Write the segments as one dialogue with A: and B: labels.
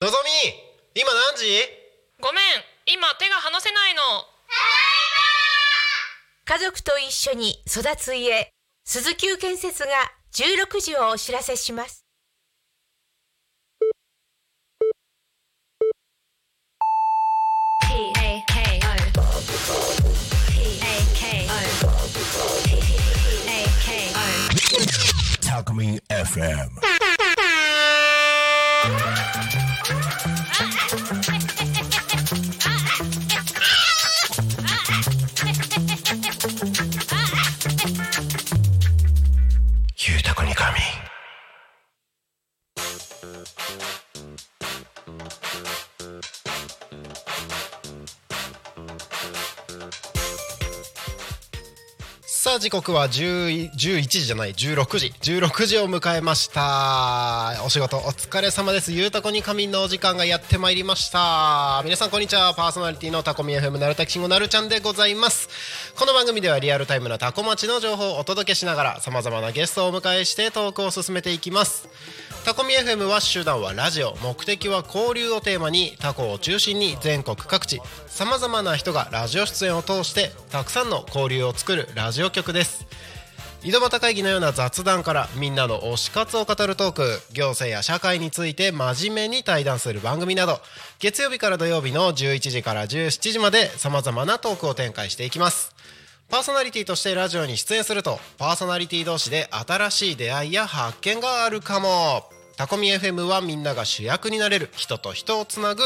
A: のぞみ今何時
B: ごめん今手が離せないの
C: 家族と一緒に育つ家鈴木建設が16時をお知らせします
D: タクミン FM ゆうたこにかみ
A: さあ時刻は10 11時じゃない16時16時を迎えましたお仕事お疲れ様ですゆうたこに仮眠のお時間がやってまいりました皆さんこんにちはパーソナリティのタコミ FM なるたきしんごなるちゃんでございますこの番組ではリアルタイムなタコ町の情報をお届けしながらさまざまなゲストをお迎えしてトークを進めていきますタコミ FM は集団はラジオ目的は交流をテーマにタコを中心に全国各地さまざまな人がラジオ出演を通してたくさんの交流を作るラジオ局です井戸端会議のような雑談からみんなの推し活を語るトーク行政や社会について真面目に対談する番組など月曜日から土曜日の11時から17時までさまざまなトークを展開していきますパーソナリティとしてラジオに出演するとパーソナリティ同士で新しい出会いや発見があるかもタコミ FM はみんなが主役になれる人と人をつなぐ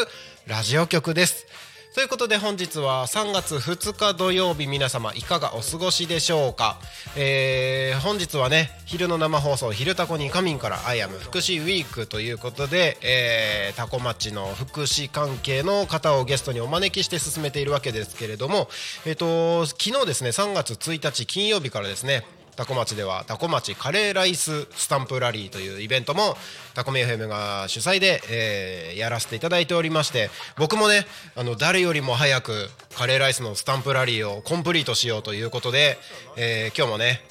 A: ラジオ局ですということで本日は3月2日土曜日皆様いかがお過ごしでしょうか、えー本日はね昼の生放送「昼タコにカミン」から「アイアム福祉ウィーク」ということで、えータコ町の福祉関係の方をゲストにお招きして進めているわけですけれども、えっと昨日ですね3月1日金曜日からですねタコ町ではタコ町カレーライススタンプラリーというイベントもタコミ FM が主催で、えーやらせていただいておりまして僕もねあの誰よりも早くカレーライスのスタンプラリーをコンプリートしようということで、えー今日もね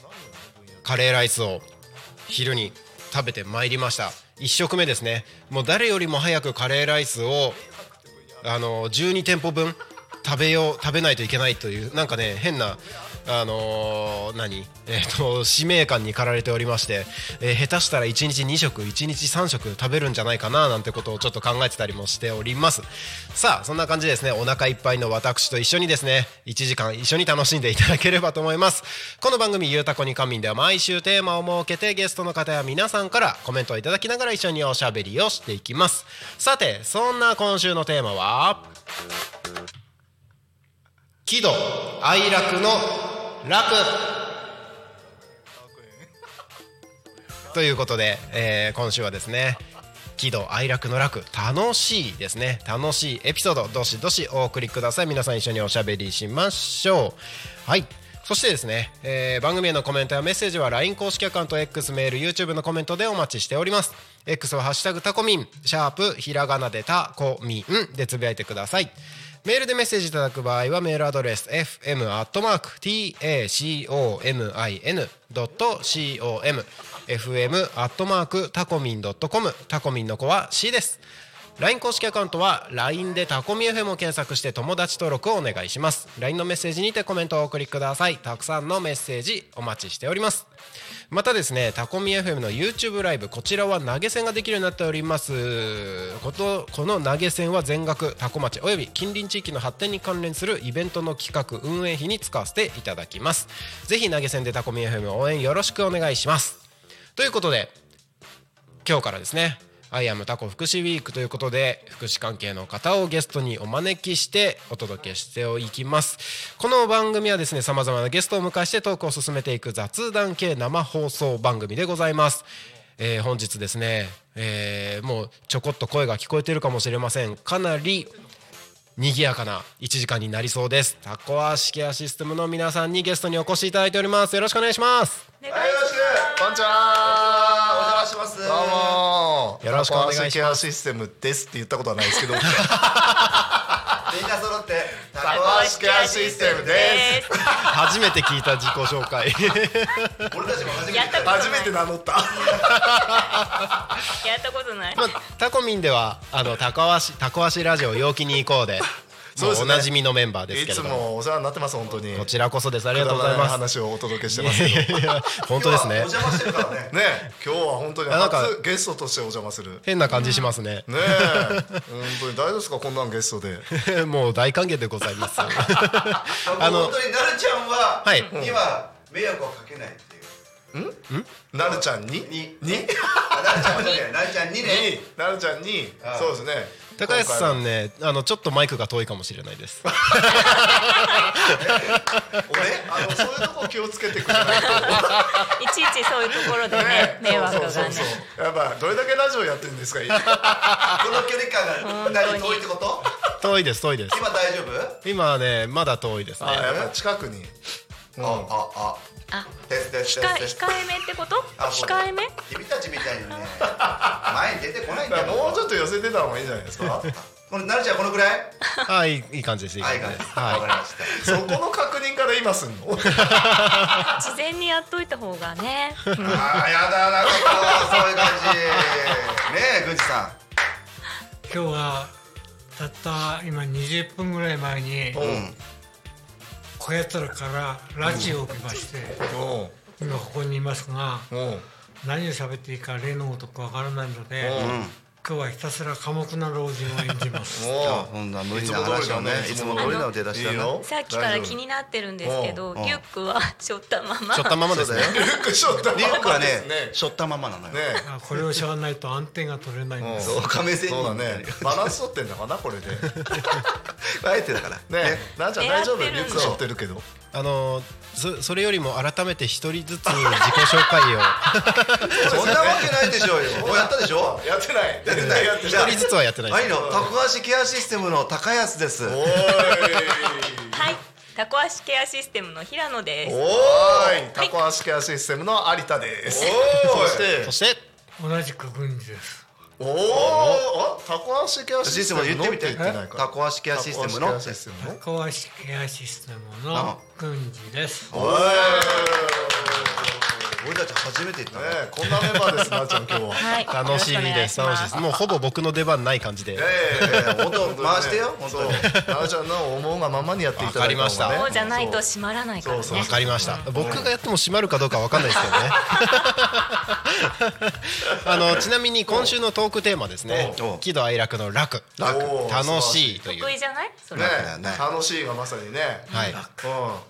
A: カレーライスを昼に食べてまいりました1食目ですねもう誰よりも早くカレーライスをあの12店舗分食べよう食べないといけないというなんかね変なあのー何えっ、と使命感に駆られておりまして、えー下手したら1日2食1日3食食べるんじゃないかななんてことをちょっと考えてたりもしておりますさあそんな感じでですねお腹いっぱいの私と一緒にですね1時間一緒に楽しんでいただければと思いますこの番組「ゆうたこに仮眠」では毎週テーマを設けてゲストの方や皆さんからコメントをいただきながら一緒におしゃべりをしていきますさてそんな今週のテーマは喜怒哀楽の楽ということで、えー今週はですね喜怒哀楽の楽楽しいですね楽しいエピソードどしどしお送りください皆さん一緒におしゃべりしましょうはいそしてですね、えー番組へのコメントやメッセージは LINE 公式アカウント X メール YouTube のコメントでお待ちしております X は「ハッシュタグタコミン」シャープひらがなでタコミンでつぶやいてくださいメールでメッセージいただく場合はメールアドレス fm.tacomin.com fm.tacomin.com タコミンの子は C です LINE 公式アカウントは LINE でタコミ FM を検索して友達登録をお願いします LINE のメッセージにてコメントをお送りくださいたくさんのメッセージお待ちしておりますまたですねタコミ FM の YouTube ライブこちらは投げ銭ができるようになっておりますことこの投げ銭は全額タコ町および近隣地域の発展に関連するイベントの企画運営費に使わせていただきますぜひ投げ銭でタコミ FM 応援よろしくお願いしますということで今日からですね「アイアムタコ福祉ウィーク」ということで福祉関係の方をゲストにお招きしてお届けしていきますこの番組はですねさまざまなゲストを迎えしてトークを進めていく雑談系生放送番組でございますえー本日ですね、えーもうちょこっと声が聞こえてるかもしれませんかなり賑やかな1時間になりそうですタコアシケアシステムの皆さんにゲストにお越しいただいておりますよろしくお願いします
E: はい、よろしく。こんにちは。
F: します
E: どうも
A: よろしくお願いします
E: タコアシケアシステムですって言ったことはないですけど。
F: みんな揃ってタ
E: 株式会社システムです
B: す
A: 初めて聞いた自己紹介
E: 俺たちも初め
B: やった
E: て
B: ことない
E: 初めて名乗った
B: やったことない
A: まあタコミンではあのタコワシタコワシラジオ陽気に行こうで
E: そうです
A: もう
E: ね
A: おなじみのメンバーです
E: い
A: けれ
E: つ
A: ども
E: もお世話になってます本当に
A: こちらこそですあり
E: く
A: がと
E: だ
A: うご
E: ら
A: ざ
E: ないい
A: ます
E: 話をお届けしてますけど
A: いやいやいや本当です ね
F: 今日はお邪魔してるからね。
E: ね今日は本当に
A: やなんか
E: 初ゲストとしてお邪魔する
A: 変な感じしますね
E: ねえ本当に大丈夫ですかこんなんゲストで
A: もう大歓迎でござい ます。あ
F: あ
A: の
F: の本当になるちゃんは、
A: はい
F: には迷惑をかけないっていう。
E: なるちゃんに
F: に
E: に
F: あなるちゃんはじゃないなるちゃんにね。
E: になるちゃんに
F: ああ
E: そうですね
A: 高橋さ
E: 今
A: んね、あのちょっとマイクが遠いかもしれないです。
E: 回は俺あの そういうとこ気をつけてくれないと
B: いちいちそういうところでね迷惑が
E: そうそう
B: ね
E: そうそうやっぱどれだけラジオやってるんですか
F: この距離感が何遠いってこと？
A: 遠いです遠いです。
F: 今大丈夫？
A: 今はねまだ遠いですね。
E: あやっぱ近くに
F: あああ。
B: あ
F: テステス
B: 控
F: テス
B: え
F: テス
B: 控えめってこと
F: あ
B: 控えめ
F: 君たちみたいにね前に出てこないん
E: だ
F: だ
E: か
F: よ。
E: らもうちょっと寄せてた方がいいんじゃないですか
F: これなるちゃんこのぐらい？
A: はいいいい感じですいい
F: あ
A: 感
F: い
A: じ
F: が。
A: です。
F: わかり
A: は
F: ました。
E: そこの確認から今すん の
B: 事前にやっといた方がね
F: あーやだなここそういう感じ。ねえ郡司さん。
G: 今日はたった今20分ぐらい前に小やつらから拉致を受けまして、
E: おう
G: 今ここにいますが
E: おう
G: 何を喋っていいか例の男わからないので、今日はひたすら寡黙な老人を演じます
F: いや
E: おう
F: ほんな無理な話をねいつも通りの出だしだ
E: いい
F: な。
E: よ
B: さっきから気になってるんですけど
F: うんうん
B: リュックはしょったまま
A: い。ちょっとままですね。
F: そうだ
E: リュックショット
F: リュックはね
E: ね
F: しょったままなのよ。
E: ね
G: あこれをしゃわないと安定が取れないんです、
F: そう亀仙人
E: そうだねバランス取ってんだかなこれ でね
F: あえてだから。ね。
E: なあちゃん大丈夫
B: 狙って
E: リ
B: るん
E: ュッ
B: だ
E: ク取ってるけど
A: あのそそれよりも改めて一人ずつ自己紹介を
F: そんなわけないでしょう よ。もうやったでしょ？
E: やってない
F: やってない
E: やって
F: じゃあ
E: ない
A: 一人ずつはやってない
F: は
A: で
F: いの高橋ケアシステムの高安です。
E: お
F: お
E: い
B: はいタコ足ケアシステムの平野です
E: おいタコ足ケアシステムの有田です
F: おーい
E: そして
A: す。そして
G: 同じく軍事です
E: おおあタコ足ケアシ
F: シ
E: ス
F: ス
E: テ
F: テ
E: ム
F: ム
E: の
F: 言ってみ
E: 言
F: て。
E: ってないから
F: タコ足ケアシステム
E: タ
F: の。
E: コ足ケアシステムの
G: 小足ケアシステムの軍事です
E: おい
F: 俺たち初めて言った
E: ね
F: ね。
E: えこんなメンバーですなあちゃん今日は。
B: はい
A: 楽しみです
B: よろ
A: 楽しいで
B: くお願い
A: す。もうほぼ僕の出番ない感じで。
E: ええ
F: 本当回してよ本当に
E: そうなあちゃんの思うがままにやっていただいた
A: わかりました
E: 方がね
B: そうじゃないと閉まらないからね
E: そう
A: わかりました。僕がやっても閉まるかどうかわかんないですけどね。あのちなみに今週のトークテーマですね
F: おう。
A: 喜怒哀楽の楽。
E: 楽
A: 楽しいという
B: 得。意じゃないそれ
E: ね
F: だからね
E: 楽しいがまさにね、
A: はい。
E: うん、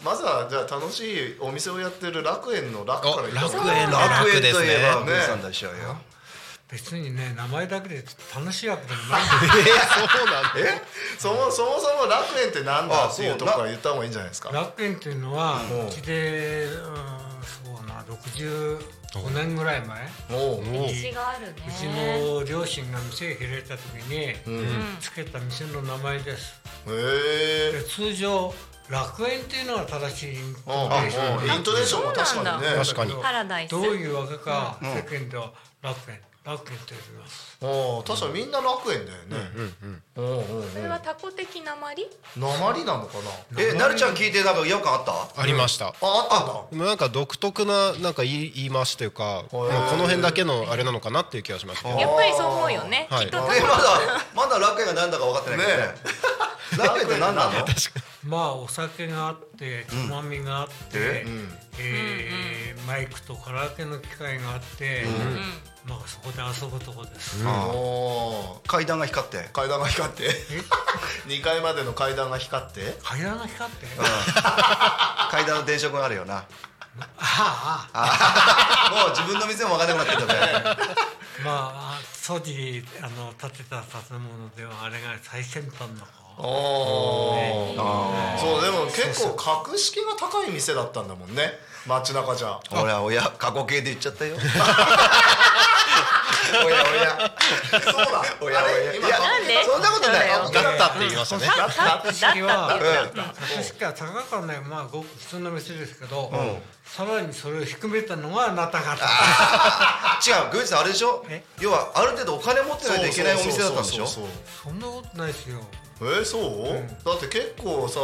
E: まずはじゃあ楽しいお店をやってる楽園の楽からい
A: お
E: こう
A: 楽園の
F: 楽
A: 楽
F: 園
A: で
F: と
A: す
F: い
A: ね
F: え。ば
E: ね
F: グーさんでしょうよ。
G: 別にね名前だけで楽しいわけでもないんです
A: えーそうなんだ。
E: えそもそもそも楽園ってなんだっていうとこから言った方がいいんじゃないですか
G: 楽園というのは
E: うん
G: うちで、うん、そうな65年ぐらい前
E: おお
A: おう
B: 歴史があるね
G: うちの両親が店を開いた時に、
B: うん
G: つけた店の名前です
E: へ
G: で
E: え
G: 通常楽園っていうのが正しい
E: あうんイントネーションも確
B: そうな
E: か
B: ん
E: に
B: だ
E: ね
A: 確かに
B: パラダイス
G: どういうわけか、世間では楽園楽園と呼びます
E: おお確かにみんな楽園だよねうんうんうん
B: それはタコ的なまり
E: 鉛なのかな
F: えなるちゃん聞いてなんか違和感あった？
A: ありました。
E: ああったんだ
A: でもなんか独特ななんか言い言い回しというか、まあこの辺だけのあれなのかなっていう気がしますけど。
B: やっぱりそう思うよね、
A: はい
B: きっとタコ
F: えまだまだ楽園が何だか分かってないけどね
E: ね。
F: 楽園って何なの？
G: まあお酒があってつまみがあって、えーマイクとカラオケの機会があって、まあそこで遊ぶとこです、
E: おお
F: 階段が光って。
E: 階段が光 って
G: え
E: 2階までの階段が光って
G: 階段が光って、
F: うん階段の電飾があるよな。
G: あ あ
F: もう自分の店も分かんなくなってきたね。
G: まあ当時あの建てた建物ではあれが最先端の
E: おおそうでも結構格式が高い店だったんだもんね街中じゃ
F: ほら親過去形で言っちゃったよ。おやおや
E: そうだ
F: おやおや
E: 今
F: いや
B: なんで
F: そんなことない
B: そう
A: だったって言いましたね
B: だっただったって言った
F: うん
G: 格式は高くはないまあごく普通の店ですけど、さらにそれを低めたのがあなた方
F: 違う、グンさんあれでしょ
G: え
F: 要はある程度お金持ってないといけないお店だったんでしょ
E: そうそうそうそう
G: そんなことないですよ
E: えー、そう、だって結構さ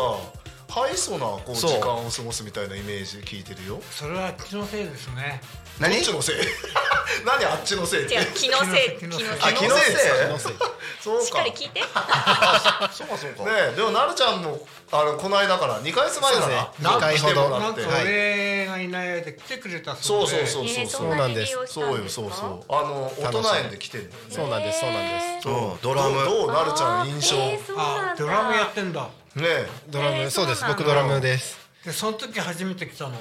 E: ハイソなこう
F: そう
E: 時間を過ごすみたいなイメージ聞いてるよ
G: それは気のせいですね
F: 何
E: どっちのせい何あっちのせいって
B: 違う気のせい気のせい
F: あ、気のせい
A: せい
E: そう
B: しっかり聞いて
F: そうかそうか
E: ねえでもなるちゃんもあのこの間から2回す前か
A: そう
E: ら
A: ですね二回ほど
E: 来てもら
G: な
E: っ
G: ん
E: て
G: か
E: はい
G: 俺がいない間に来てくれた
E: そ
G: そううで、
E: そうそう
B: え
E: そうそ、
B: ーそうん
A: な
B: なんに
A: です
B: 利用した
E: そ
B: ん
E: うよ
B: です
E: そ
B: か
E: うそうあの大人園で来てる
A: そうなんですそうなんです
F: そう、ドラム
E: どうどうなるちゃん印象ね
B: えーそうな
G: あ
B: んだ
G: ドラムやってんだ
E: え
A: ドラム、
B: えー
A: そうです
B: そうなん
A: 僕
B: だ
A: ドラムです
G: でその時初めて来たの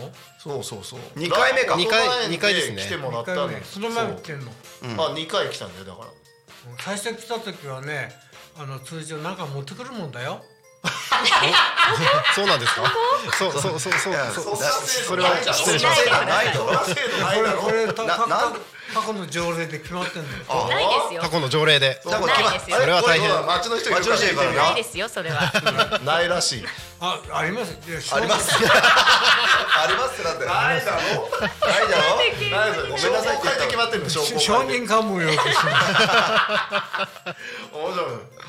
E: そうそうそう
F: 二回目か
E: 二
A: 二回ですね
E: 来てもら
G: 一
E: った
G: 回
E: の
G: 目その前も来てんの
E: そうあ二回来たんだよだから
G: 最初来た時はねあの通常なんか持ってくるもんだよ
A: そうなんですかそうそうそうそう
F: や
A: そう
F: そんな
A: それは失礼し
F: そ
A: ま
F: んな
A: し
F: 制
A: た
F: 度ないだろ
E: そんな制度ないだ
G: これ
E: ろ
G: これた
F: な
G: 過去
F: なん
G: 過去の条例で決まってんのよ
B: ないですよ
A: タコの条例で
F: タコ
B: ない
F: 決
B: ですよ
F: ま
A: それは大
E: これ
A: 変
E: どうだ街の人いる
F: 街の人いるからな
B: ないですよそれは
E: ないらしい
G: あありますいや
F: ありますありますってなんだよないだろないだろ
E: ないですごめんなさいって言ったら決まってるの証拠
G: 証人喚問要求します
E: 面白い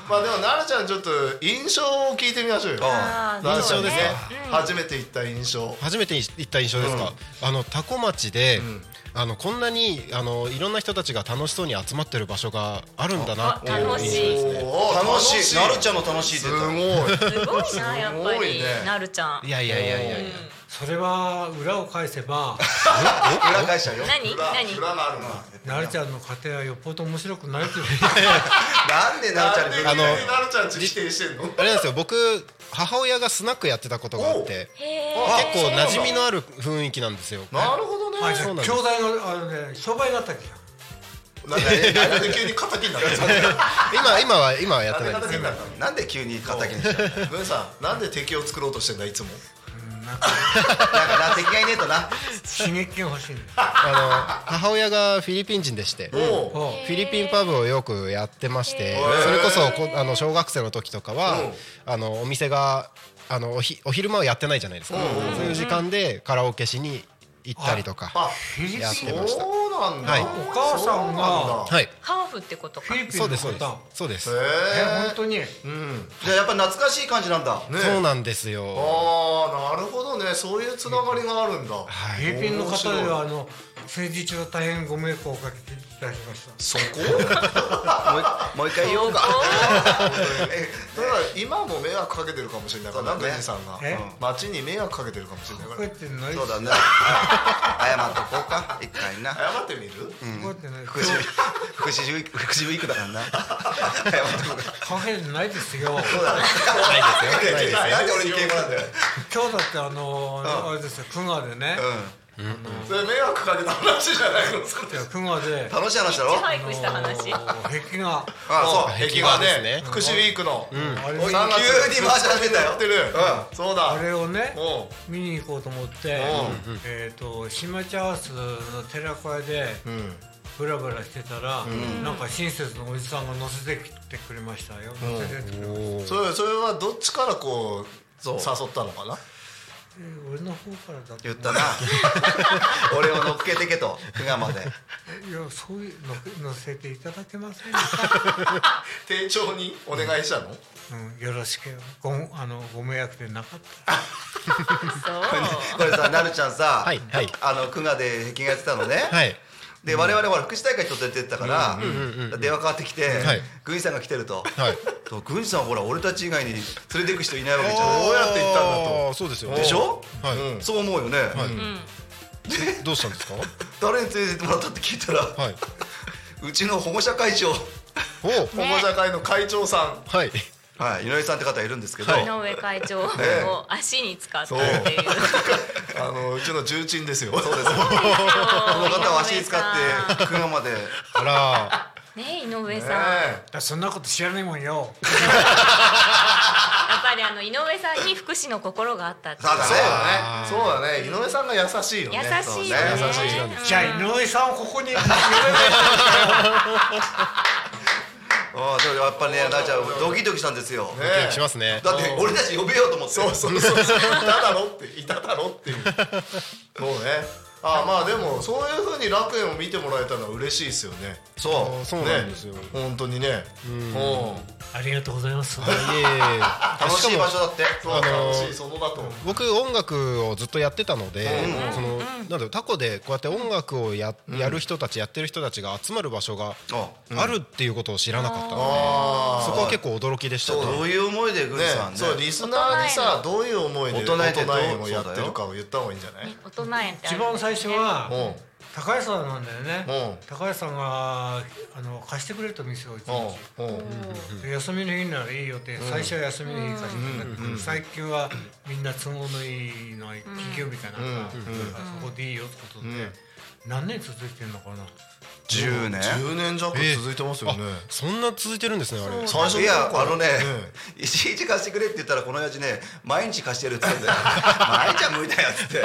E: まあでも奈々ちゃんちょっと印象を聞いてみましょうよ
B: あー
E: 印象ですね
B: うん
E: 初めて行った印象
A: 初めて行った印象ですか、あのタコ町で、あのこんなにあのいろんな人たちが楽しそうに集まってる場所があるんだなってい
B: あ
A: う
B: 楽しい
A: 印象ですね
E: おー
F: 楽しいなるちゃんも楽しいって
E: す
F: 言って
E: ご
F: た
E: い
B: すごいなやっぱ
E: すごい
B: り
E: ね
B: なるちゃん
A: いやいやいやいやいや
G: それは裏を返せば
F: 裏返しちゃうよ
B: 何何
E: 裏があるな
G: なるちゃんの家庭はよっぽど面白くないっていう
F: なんでなるちゃんに
E: あ
A: あ
E: の
A: の
E: 奈々ちゃんち否定してんの
A: あれなんですよ僕母親がスナックやってたことがあって
B: へー
A: 結構馴染みのある雰囲気なんですよ
E: なるほどね
G: あじゃ
A: そうなんで
G: あ兄
A: す
G: 弟のあのね商売だったじゃ
E: なんかなんで急に敵になったんですか
A: 今今は今はやってない
E: なん
A: で
E: です
A: けど
E: 敵になったの
F: なんで急に敵にしちゃう
E: 文さんなんで敵を作ろうとしてんだいつも
G: んなんか
F: なんかな敵がいねえとな
G: 刺激が欲しいんだよ
A: あの母親がフィリピン人でしてフ
E: おう
G: おう
A: ィリピンパブをよくやってましてそれこそこあの小学生の時とかはあのお店があのおひお昼間はやってないじゃないですかそういう時間でカラオケしに行ったりとか
E: あ
G: フィリ
A: やっ
G: ピ
A: て
G: ン
A: ました
E: そうなんだ
A: はい
E: そう
G: お母さんが
E: なだ
A: はい
B: ハーフってことか
G: フィリピン
A: そ
G: の
A: うですそうです
G: 方
A: そうです
G: え
E: へ
G: 本当に
E: えうん
F: じゃあやっぱ懐かしい感じなんだ
E: ね
A: そうなんですよ
E: ああなるほどねそういうつながりがあるんだ
G: フィリピンの方ではあの政治中は大変ご迷惑をおかけいたしました
E: そこだか
F: もう一もう一回言おうかえ
E: ら今も迷惑かけてるかもしれないから
F: そう
E: 南
F: だね
E: 海さんが
G: え
E: うん街に迷惑かけてるかもしれない
G: こ
E: か
G: うや
E: ら
G: ってない
F: そうだね謝っとこうか一回な
E: 謝ってみる
G: こうやってない
F: 福祉福祉ウィーク福祉ウィークだからな謝っとこうか
G: カフェないですよ
A: ないですよないですよ
F: なんで俺に敬語なんだよ
G: 今日だってあのあれですよ久我でね
E: それ迷惑かけた話じゃないのそれ
G: いや久我で
F: 楽しい話だろ
B: ハイクした 話
G: あの壁画
F: あ
E: そう壁
A: 壁
E: 画
A: 画
E: ね
A: ね
E: 福祉ウィークの
G: あれ
F: そうおい
E: 三月
F: 急に回し始めたよ
E: やってるそうだ
G: あれをね
E: おう
G: 見に行こうと思ってえっと島地ハウスの寺子屋で
E: うん
G: ブラブラしてたらなんか親切のおじさんが乗せてきてくれましたよ乗せてってくれました
E: それそれはどっちからこう誘ったのかな
G: えー俺の方からだって
F: 言ったな 俺を乗っけてけと久我まで
G: いやそういうの乗せていただけませんか、
E: 丁重にお 願いしたの
G: うん、よろしくごあのご迷惑でなかったら
F: これさなるちゃんさ
A: はいはい
F: あの久我で壁画やってたのね
A: はい
F: で我々は福祉大会ちょっとやってたから電話かかってきて
A: はい
F: 郡司さんが来てると
A: はい
F: と郡司さんはほら俺たち以外に連れていく人いないわけじゃん
E: どうやって行ったんだと
A: とそうですよ
F: でしょ
A: はい
E: うん
F: そう思うよね
A: どうしたんですかは
F: 誰に連れてってもらったって聞いたら
A: いう
F: ちの保護者会長
A: お
E: 保護者会の会長さん
A: はい
F: はい井上さんって方いるんですけど
A: はい
B: 井上会長を足に使ったって いう
E: あのうちの重鎮ですよ
F: そう ですこの方を足に使って久我まで
A: あら
B: ね井上さん、やっ
E: ね
G: そんなこと知らねえもんよ
B: ぱぱりあの井上さんに福祉の心があったってい
F: そうだね
E: そうだねそうだね井上さんが優しいよね
B: 優しいよ
F: そうね優しい
B: ね。
G: じゃあ井上さんをここに
F: あでもやっぱねなちゃんドキドキしたんですよ
E: ね
A: ドキドキしますね
F: だって俺たち呼べようと思って
E: そうそうそうそういただろっていただろ っていうそうねあまあでもそういう風に楽園を見てもらえたのは嬉しいですよね
F: そう
A: そうなんですよ、
E: ね本当にねうん
G: ありがとうございます
A: いえいえ
F: 楽しい場所だって
E: そう楽しいそのだと
A: 僕音楽をずっとやってたので、そのなんだろうタコでこうやって音楽をや,、やる人たちやってる人たちが集まる場所が
F: あ
A: あるっていうことを知らなかったので、
E: あ
A: そこは結構驚きでした
F: そうどういう思いでグ
E: ね
F: リさんね
E: そうリスナーにさどういう思いで大
F: 大人へってどう
E: 人園をやってるかを言った方がいいんじゃない
B: 大人園ってあ
G: 一
B: る
G: 番最初
E: う
G: は
E: ん
G: 高橋さんなんだよね
E: う
G: 高橋さんがあの貸してくれた店を一日
E: うんうん
G: で休みの日ならいいよって最初は休みの日貸してんだけど最近はみんな都合のいいのは金曜日かなんかだからそこでいいよってことで何年続いてんのかな
F: 10年
E: 10年弱
A: えー
E: 続いてますよね
A: あそんな続いてるんですねあれ
E: 最初
F: いやあのね
E: え
F: 一日貸してくれって言ったらこの親父ね毎日貸してるって 言うんだよ毎日は無理だよっつって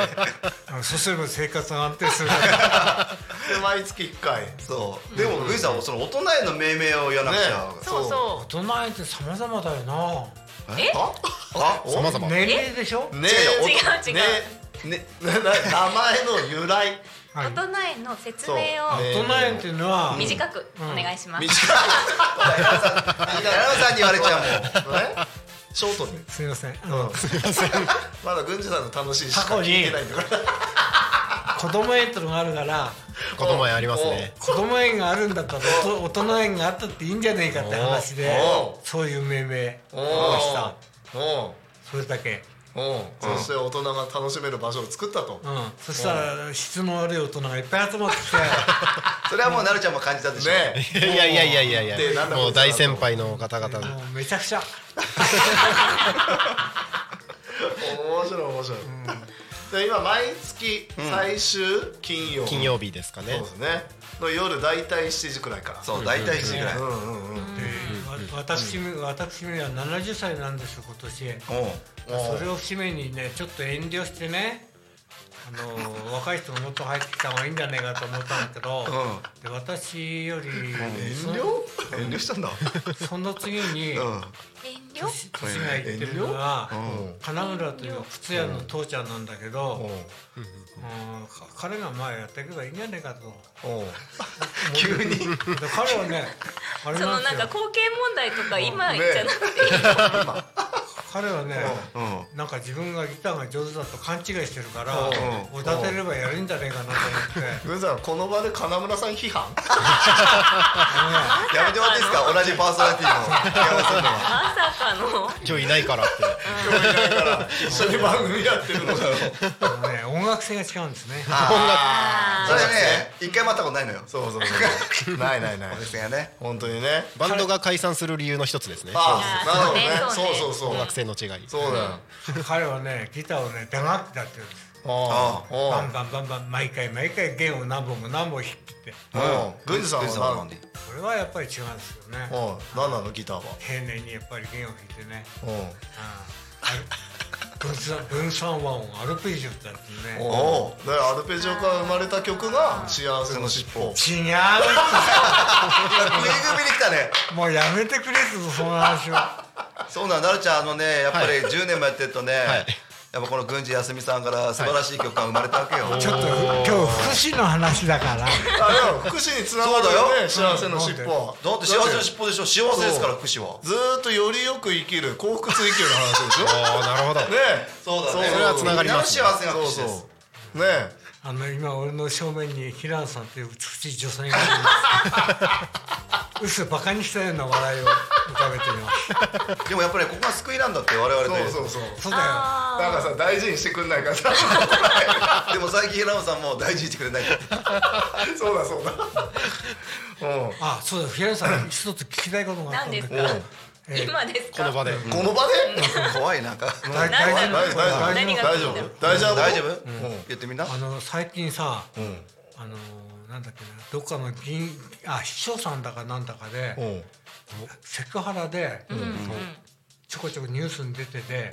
G: あのそうすれば生活が安定するから
E: で 毎月1回
F: そうでもグリさんはその大人への命名を言わなくちゃ
E: ね
B: そうそ
G: 大人って様々だよな
B: え
E: あ
F: あ
A: 様々
G: 年齢でしょ
E: ね
B: 違う違う
E: ね
F: ね
E: なな名前の由来
B: う
G: は
B: 大
G: い
B: 人園の説明を
E: そうね
G: 大人園っていうのは
B: 短くお願いします。
E: 短い
F: 柳さんに言われちゃうもん
E: ねショートに
G: すみませんあの
E: まだ郡司さんの楽しいしか聞いてないんだから
G: 子供園ってのがあるから
A: 子供園ありますね
G: 子供園があるんだったらおと大人園があったっていいんじゃねえかって話で
E: おう
G: そういう命名
E: お
G: をした
E: お
G: それだけ、
E: おおそして大人が楽しめる場所を作ったと
G: うん、そしたら質の悪い大人がいっぱい集まってきて
F: それはもうなるちゃんも感じたでしょ
E: ね
A: いやいやいやいやいや
E: でなんだこいつ
A: もう大先輩の方 々
G: もうめちゃくちゃ
E: 面白い面白いで今毎月最終金曜
A: 金曜日ですか
E: そう
A: ね
E: ですねの夜大体7時くらいから
F: そう大体7時ぐらい
E: うん
F: お
E: うんうん
G: わ私め私めは70歳なんですよ今年
F: う
G: それを節目にねちょっと遠慮してね あの若い人がもっと入ってきた方がいいんじゃないかと思ったんだけど、で私より
E: 遠慮
F: 遠慮したんだ
G: そその次に、
F: うん
B: 遠慮
G: 年年がいってるのは、金村という靴屋の父ちゃんなんだけど、うんか彼がまあやっていけばいいんじゃないかと
F: 急に
G: で彼 はねあれ
B: そ
G: な
B: の
G: んで
B: なん
G: す
B: か
G: よ
B: 後継問題とか今じゃなくて
G: 彼はね
F: うん
G: なんか自分がギターが上手だと勘違いしてるから
F: ん
G: おだてればやるんじゃないかなと思って
E: 郡司さんこの場で金村さん批判
G: あ
F: やめてもらっていいですか同じパーソナリティの やめてもらって
B: まさかの
A: 今日いないからって
E: 一緒に番組やってる の
G: のねあのね音楽性が違うんですね
F: それね一回も会ったことないのよ
E: そうそうそうないないない
F: ですがね
E: 本当にね
A: バンドが解散する理由の一つですね
E: ああなるほどね
B: いやーそう
E: そう
B: ね
E: そうそう
A: 音楽性の違い
E: そうだよ
G: 彼はねギターをね打楽器だって言うんです
E: ああ
G: バンバンバンバン毎回毎回弦を何本も何本弾きって
E: うん郡司さん
F: グリ
E: は
F: な
E: 何
F: んで
G: これはやっぱり違うんですよね
E: うん何なのギターは
G: 丁寧にやっぱり弦を弾いてね
E: う
G: 分散分散和音アルペジオってやつ
E: ん
G: ね
E: おうだからアルペジオから生まれた曲が「幸せの尻尾
G: 違
F: 食い組に来たね
G: うもうやめてくれってぞその話は
F: そうなんなるちゃんあのねやっぱり10年もやってるとね
A: はい
F: やっぱこの郡司康美さんから素晴らしい曲が生まれたわ けよ
G: ちょっと今日福祉の話だから」
E: あでも福祉につながるよね「
G: そうだよ
E: 幸せの尻尾は」
F: だって幸せの尻尾でしょ幸せですから福祉は
E: ずーっとよりよく生きる幸福追求の話でしょね
A: ああなるほど
E: え
F: そうだね
E: それはつながります
F: みんなの幸せが福祉
E: そう
F: で
E: そ
F: す
E: うねえ
G: あの今俺の正面に平野さんという美しい女性がいるんです嘘バカにしたような笑いを浮かべてみます
F: でもやっぱりここが救いなんだって我々
E: そ
F: ね
E: うそうそう
G: そうだよ
E: だからさ大事にしてくんないから さ
F: でも最近平野さんも大事にしてくれ ない
E: そうだそうだうん
G: あそうだ平野さん一つ聞きたいことがあった
B: 何
G: ん
B: で
G: ですす
B: か
G: けどええ
B: 今です
A: この場
B: か
A: で
E: この場で
F: 怖いなんか
G: 大大
B: 何な
G: 丈
E: 大丈夫
G: 夫
B: の何が
E: 大
B: いい
E: 丈
B: んだろう
E: 夫大丈夫
F: 大丈夫言ってみんな
G: あの最近さ、あのなんだっけなどっかの議員あ秘書さんだかなんだかで、セクハラで、ちょこちょこニュースに出てて、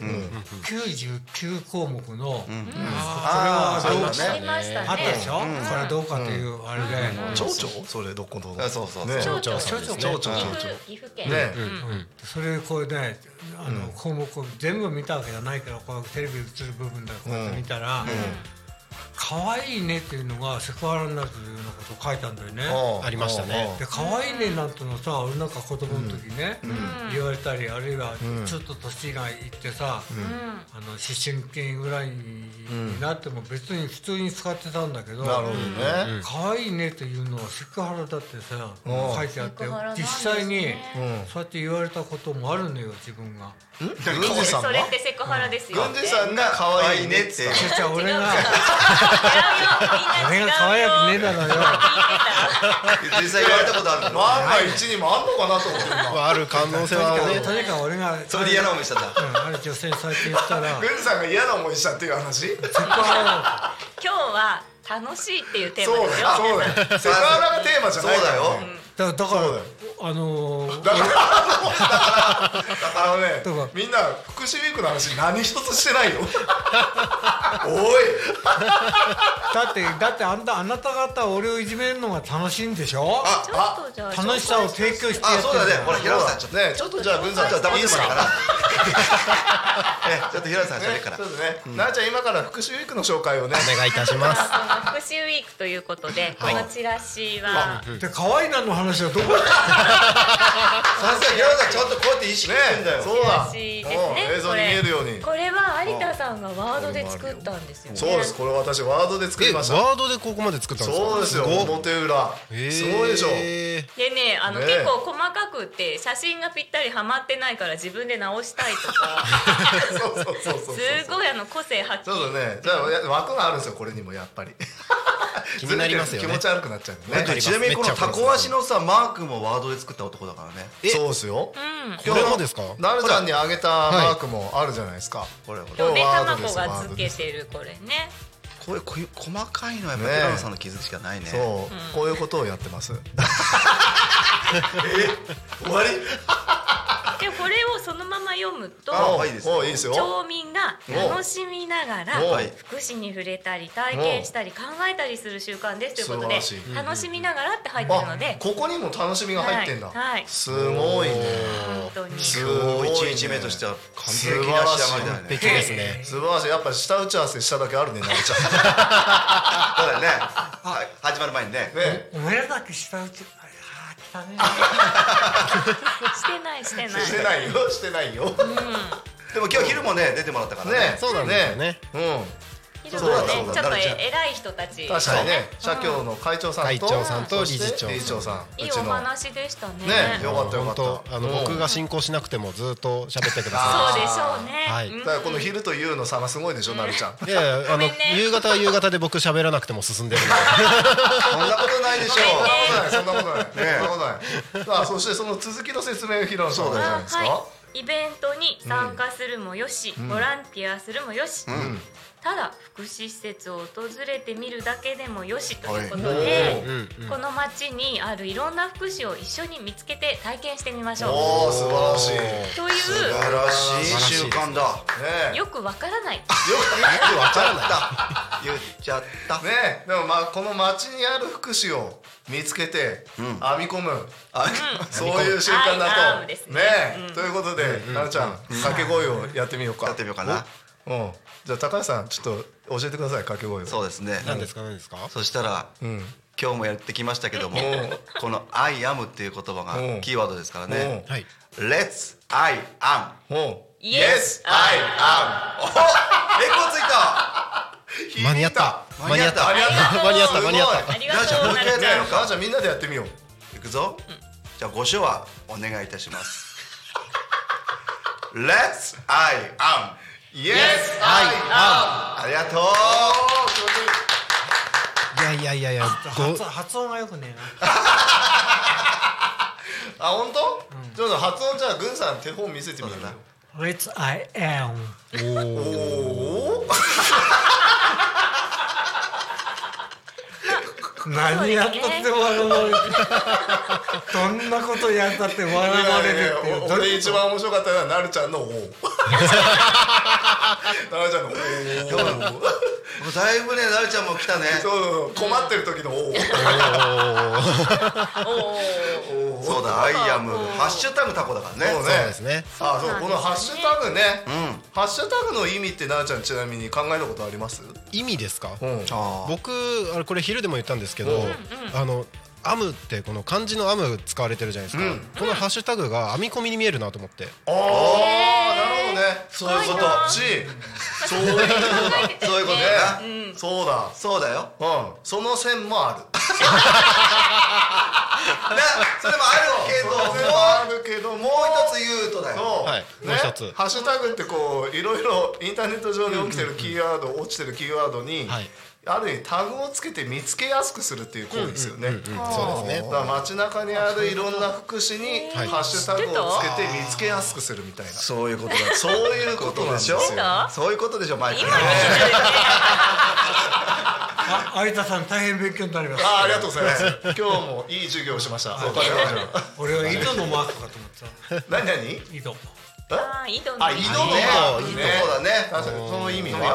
G: 99項目の、
F: ああそうだ
B: あり
F: ね
B: ました
G: あったでし
B: ね。
G: ょ、これはどうかというあれで、
E: 蝶々それどこの
F: あそうそうそう
E: ね
B: 蝶々
A: 蝶々
B: です
A: さんですね
E: 々
B: 岐
E: 蝶々
B: 阜岐阜県。
E: ね
G: それこうねあの項目を全部見たわけじゃないけどこうテレビ映る部分だけこうやって見たら「可愛いね」っていうのがセクハラになるというようなことを書いたんだよね。
E: あ
A: ありましたね
G: で可愛いねなんてのさ俺なんか子供の時ね、言われたりあるいはちょっと年がいってさ、あの思春期ぐらいになっても別に普通に使ってたんだけど
E: なるほどね
G: 可愛いねっていうのはセクハラだってさ書いてあって
B: セクハラなんで
G: 実
B: すね
G: 際に
E: うん
G: そうやって言われたこともあるのよ自分が。
E: 軍司さん
B: そ
E: が
B: れってセクハラですよ。
E: 軍司さんが可愛いねって
G: じゃあ俺が
B: 違う
G: 俺
B: よ。みん
G: が
B: な違うよ。
G: 可愛くねえだろよ。
F: 実際言われたことあるんだ
E: 万が一にもあんのかなと思って今
A: ある可能性はね
G: とにかく俺が
F: それで嫌な思いしたんだ
G: うんある女性にそうやって言っ たらセ
E: 軍司さんが嫌な思いしたっていう話
G: クハ
B: 今日は楽しいっていうテー
E: そう
B: マで
E: だ
B: す
E: よそ
B: よ。
E: うだよセクハラがテーマじゃ
F: そう
E: ないか
F: だ
E: ら
F: よ
E: ね
G: ラだだか
E: そうだよ
G: らあのー
E: だからだからね
G: だから
E: みんな福祉ウィークの話何一つしてないよおい
G: だってだってあんたあなた方は俺をいじめるのが楽しいんでしょ
B: ちょっとじゃあ
G: 楽しさを提供してやって
F: あ
G: る
F: そうだねほら平野さんちょっと
E: ねちょっとじゃあ軍
F: ちょ
E: さん
F: っと黙っ
E: いいで
F: ても
E: す
F: ら
E: か
F: うから えちょっと平野さん喋るから
E: ねちょっとねなあちゃん今から福祉ウィークの紹介をね
A: お願いいたします
B: 福祉ウィークということで、このチラシは
G: で可愛いなの話はどこ
F: さすが平野さんちゃんとこうやって意識
E: ね
F: してんだよ
E: そうだ
B: チラシです
E: うん
B: ね。
E: 映像に見えるように
B: これこれは有田さんがワードで作ったんですよね。
E: そうですこれ私ワードで作
A: え
E: り
A: ワ
E: ました
A: ードでここまで作ったんですか
E: そうですよ
A: ごっ
E: 表裏すごいでしょ
A: へ
B: でねあの
E: ね
B: 結構細かくって写真がぴったりはまってないから自分で直したいとか
E: そうそう そうそう
B: すごいあの個性発
E: ちょっ
B: 揮
E: とねじゃあや枠があるんですよこれにもやっぱり
A: 気になりますよね
E: ずれてると気持ち悪くなっちゃうんで
F: なん
E: ね
F: かちなみにこのタコ足のさマークもワードで作った男だからね
A: え
E: そうですよ
A: これもですか
E: なるちゃんにあげたマークもあるじゃないですか
F: これこれ
B: よで
E: ワードで
B: 卵
E: す
B: がつけてるこれね
F: これこういう細かいのはやっぱ
E: ね
F: 平野さんの気づきしかないね
E: そうこういうことをやってます
F: 終わり
B: でこれをそのまま読むと
F: あ
E: お
F: いいですね
E: おいいですよ
B: 町民が楽しみながら
E: お
F: はい
B: 福祉に触れたり体験したり考えたりする習慣ですということで
E: 素晴らしい
B: 楽しみながらって入ってる
E: あ
B: ので
E: ここにも楽しみが入ってんだ、
B: はいはい
E: すごいね
B: 本当に
E: す
F: 今
E: ごい、ね、
F: 日一日目としては完璧な仕上がりだよ
A: え
F: ね
A: きですね
E: 素晴らしいやっぱ下打ち合わせしただけあるね なるち
F: そうだよねはい始まる前にね
E: ゃんね
G: お前らだけ下打ちああー来たね
B: してないしてない
E: してないよしてないよね
F: でも今日昼もね出てもらったからね
A: そうなんですよね
E: う
B: 非常にね
F: そうだそうだ
B: ちょっと
F: なるちゃん
B: え偉い人たち
E: ん確かにね社協の会長さんと
A: 会長さんと
E: そして
A: 理事長さん
E: 理事長さん
B: いうい
E: ち
B: お
E: の
B: 話でしたね
E: ねよかったよ
A: 本
E: かった
A: 当あの
E: うん
A: 僕が進行しなくてもずっと喋ってくださ
B: そうでしょうね、
A: はい
B: うん
E: だからこの昼と夕の差がすごいでしょなるちゃん
A: いいやいやあの
B: ごめんね
A: 夕方は夕方で僕喋らなくても進んでるんで
F: そんなことないでしょ
B: ごめんね
E: そんなことないそんなことないそんなことないさあそしてその続きの説明を平野さんは
F: そう
E: じ
F: だ
E: ゃ
F: よ
E: ないですか、
B: はい、イベントに参加するもよし、ボランティアするもよし、ただ福祉施設を訪れてみるだけでもよしということで、この町にあるいろんな福祉を一緒に見つけて体験してみましょ
E: おお素晴らしいね
B: うとい
F: 素晴らしい習慣だよ
B: うよくわからない
F: くわかった言っちゃった
E: ねでもまあこの町にある福祉を見つけて編み込む、
F: あ
E: そういう習慣
B: はい
E: だ
B: 編む
E: と
B: ですねうん
E: ということで、なるちゃん掛け声をやってみようか
F: やってみようかな
E: うんじゃあ高橋さんちょっと教えてください掛け声を
F: そうですね
A: 何ですか何ですか
F: そしたら
E: ん
F: 今日もやってきましたけどもこの「I am」っていう言葉
E: うん
F: がキーワードですからね
A: はい
F: Let's I am
E: もう
B: Yes,
E: I
F: おエコーついた
E: am
A: 間に合った
F: 間に合った
E: 間に合った
A: 間に合った間に合った
E: すごい
B: ありがとう
F: もう一回やって
E: ね
F: み
E: え
F: よう
E: なるちゃんみんなでやってみよう
F: いくぞじゃあご唱和お願いいたします Let's I am
E: Yes,
A: I
F: ありがとう
A: いやいやいやいやご
G: 発発音がよくねえ
E: あ本当、ちょっと発音じゃあ軍さん手本見せてみるな
G: な Let's I am
E: おお
B: ま
G: 何やったって笑われる どんなことやったって笑われるっ
E: い
G: てい
E: や
G: う
E: いや
G: どう
E: 俺
G: いう
E: 一
G: こ
E: 番面白かったのはなるちゃんの「お お」なるちゃんの「おお」
F: もうだいぶねなるちゃんも来たね
E: そう困ってる時の「おお」
F: そうだアイアムハッシュタグタコだからね
E: そう
A: そうですね
E: あそうこのハッシュタグね、
F: ん
E: ハッシュタグの意味ってなるちゃんちなみに考えたことあります、
A: 意味ですか、
E: ん
F: あー
A: 僕あれこれ昼でも言ったんですけど、
E: うんうん
A: あのアムってこの漢字のアム使われてるじゃないですか、
E: うん
A: このハッシュタグが編み込みに見えるなと思って
E: ああ、なるほどねそういうことしそういうことそういうことね、そうだ
F: そうだよ
E: うんその線もある
F: なそれもあるけども
E: あるけどもう
F: もう一つ言うとだよ
E: そう、
A: はい
E: ね
A: もう一つ
E: ハッシュタグってこういろいろインターネット上で起きてるキーワード、落ちてるキーワードに、
A: はい
E: ある意味タグをつけて見つけやすくするっていう行為ですよね、
A: そうですね
E: だから街中にあるいろんな福祉に
A: はい
E: ハッシュタグをつけて見つけやすくするみたいな
F: そういうことだ
E: そういうことなんですよ
F: そうそういうことでしょマイクね
G: あ有田さん大変勉強になります
E: あありがとうございます今日もいい授業をしましたわかりました
G: 俺は井戸のマークかと思って
E: 何何
G: た井戸
B: あー井戸の
E: あ井戸ね
A: 井戸
E: 井戸
F: そうだね
E: 確かにその意味
F: 意味
E: は
F: は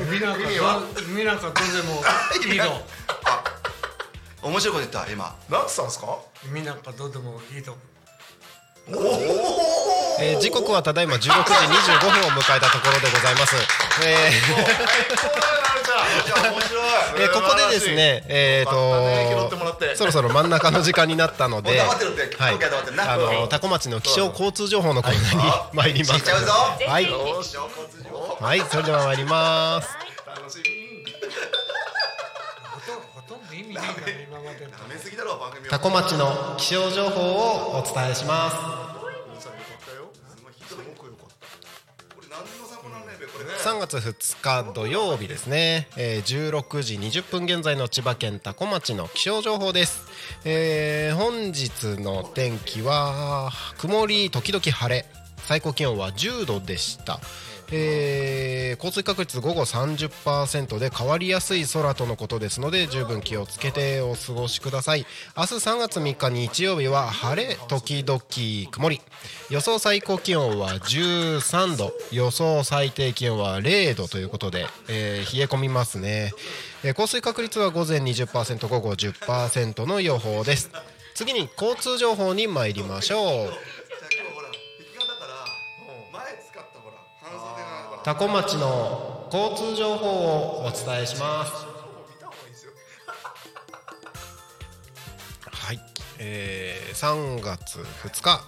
G: 海なんかど海なんかどうでも井戸
F: 面白いこと言った今
E: なってたんですか
G: 海なんかどうでも井戸
E: おお
A: えー時刻はただいま16時25分を迎えたところでございます、えー
E: じゃあ面白い
A: えーここでですね、えー、
E: よかったね拾
A: と
E: ってもらって
A: そろそろ真ん中の時間になったの
F: もう
A: で、
F: 黙ってろって
A: はい
F: 今回黙ってるな
A: あ
F: う
A: の
F: ん
A: 多古町の気象交通情報のコーナーに参りま
F: 聞
A: す
F: いち。ゃうぞ
A: はい、
F: どうしよう交通情報
A: はい、それでは参ります。
E: 楽しみ
G: ほとんどほとんど意味ねえから今までの
F: ダメすぎだろ番組は
A: タコ町の気象情報をお伝えしま
F: すごく良かったこれ何にも参考にならないべこれね
A: す。3月2日土曜日ですね、えー、16時20分現在の千葉県タコ町の気象情報です、えー本日の天気は曇り時々晴れ最高気温は10度でした、えー降水確率午後30%で変わりやすい空とのことですので十分気をつけてお過ごしください明日3月3日日曜日は晴れ時々曇り予想最高気温は13度予想最低気温は0度ということで、えー冷え込みますね、えー降水確率は午前20%午後10%の予報です次に交通情報に参りましょう
F: じゃあ今日ほら引きがだから前使ったほら半袖がほら
A: タコ町の交通情報をお伝えします。はい、えー、3月2日。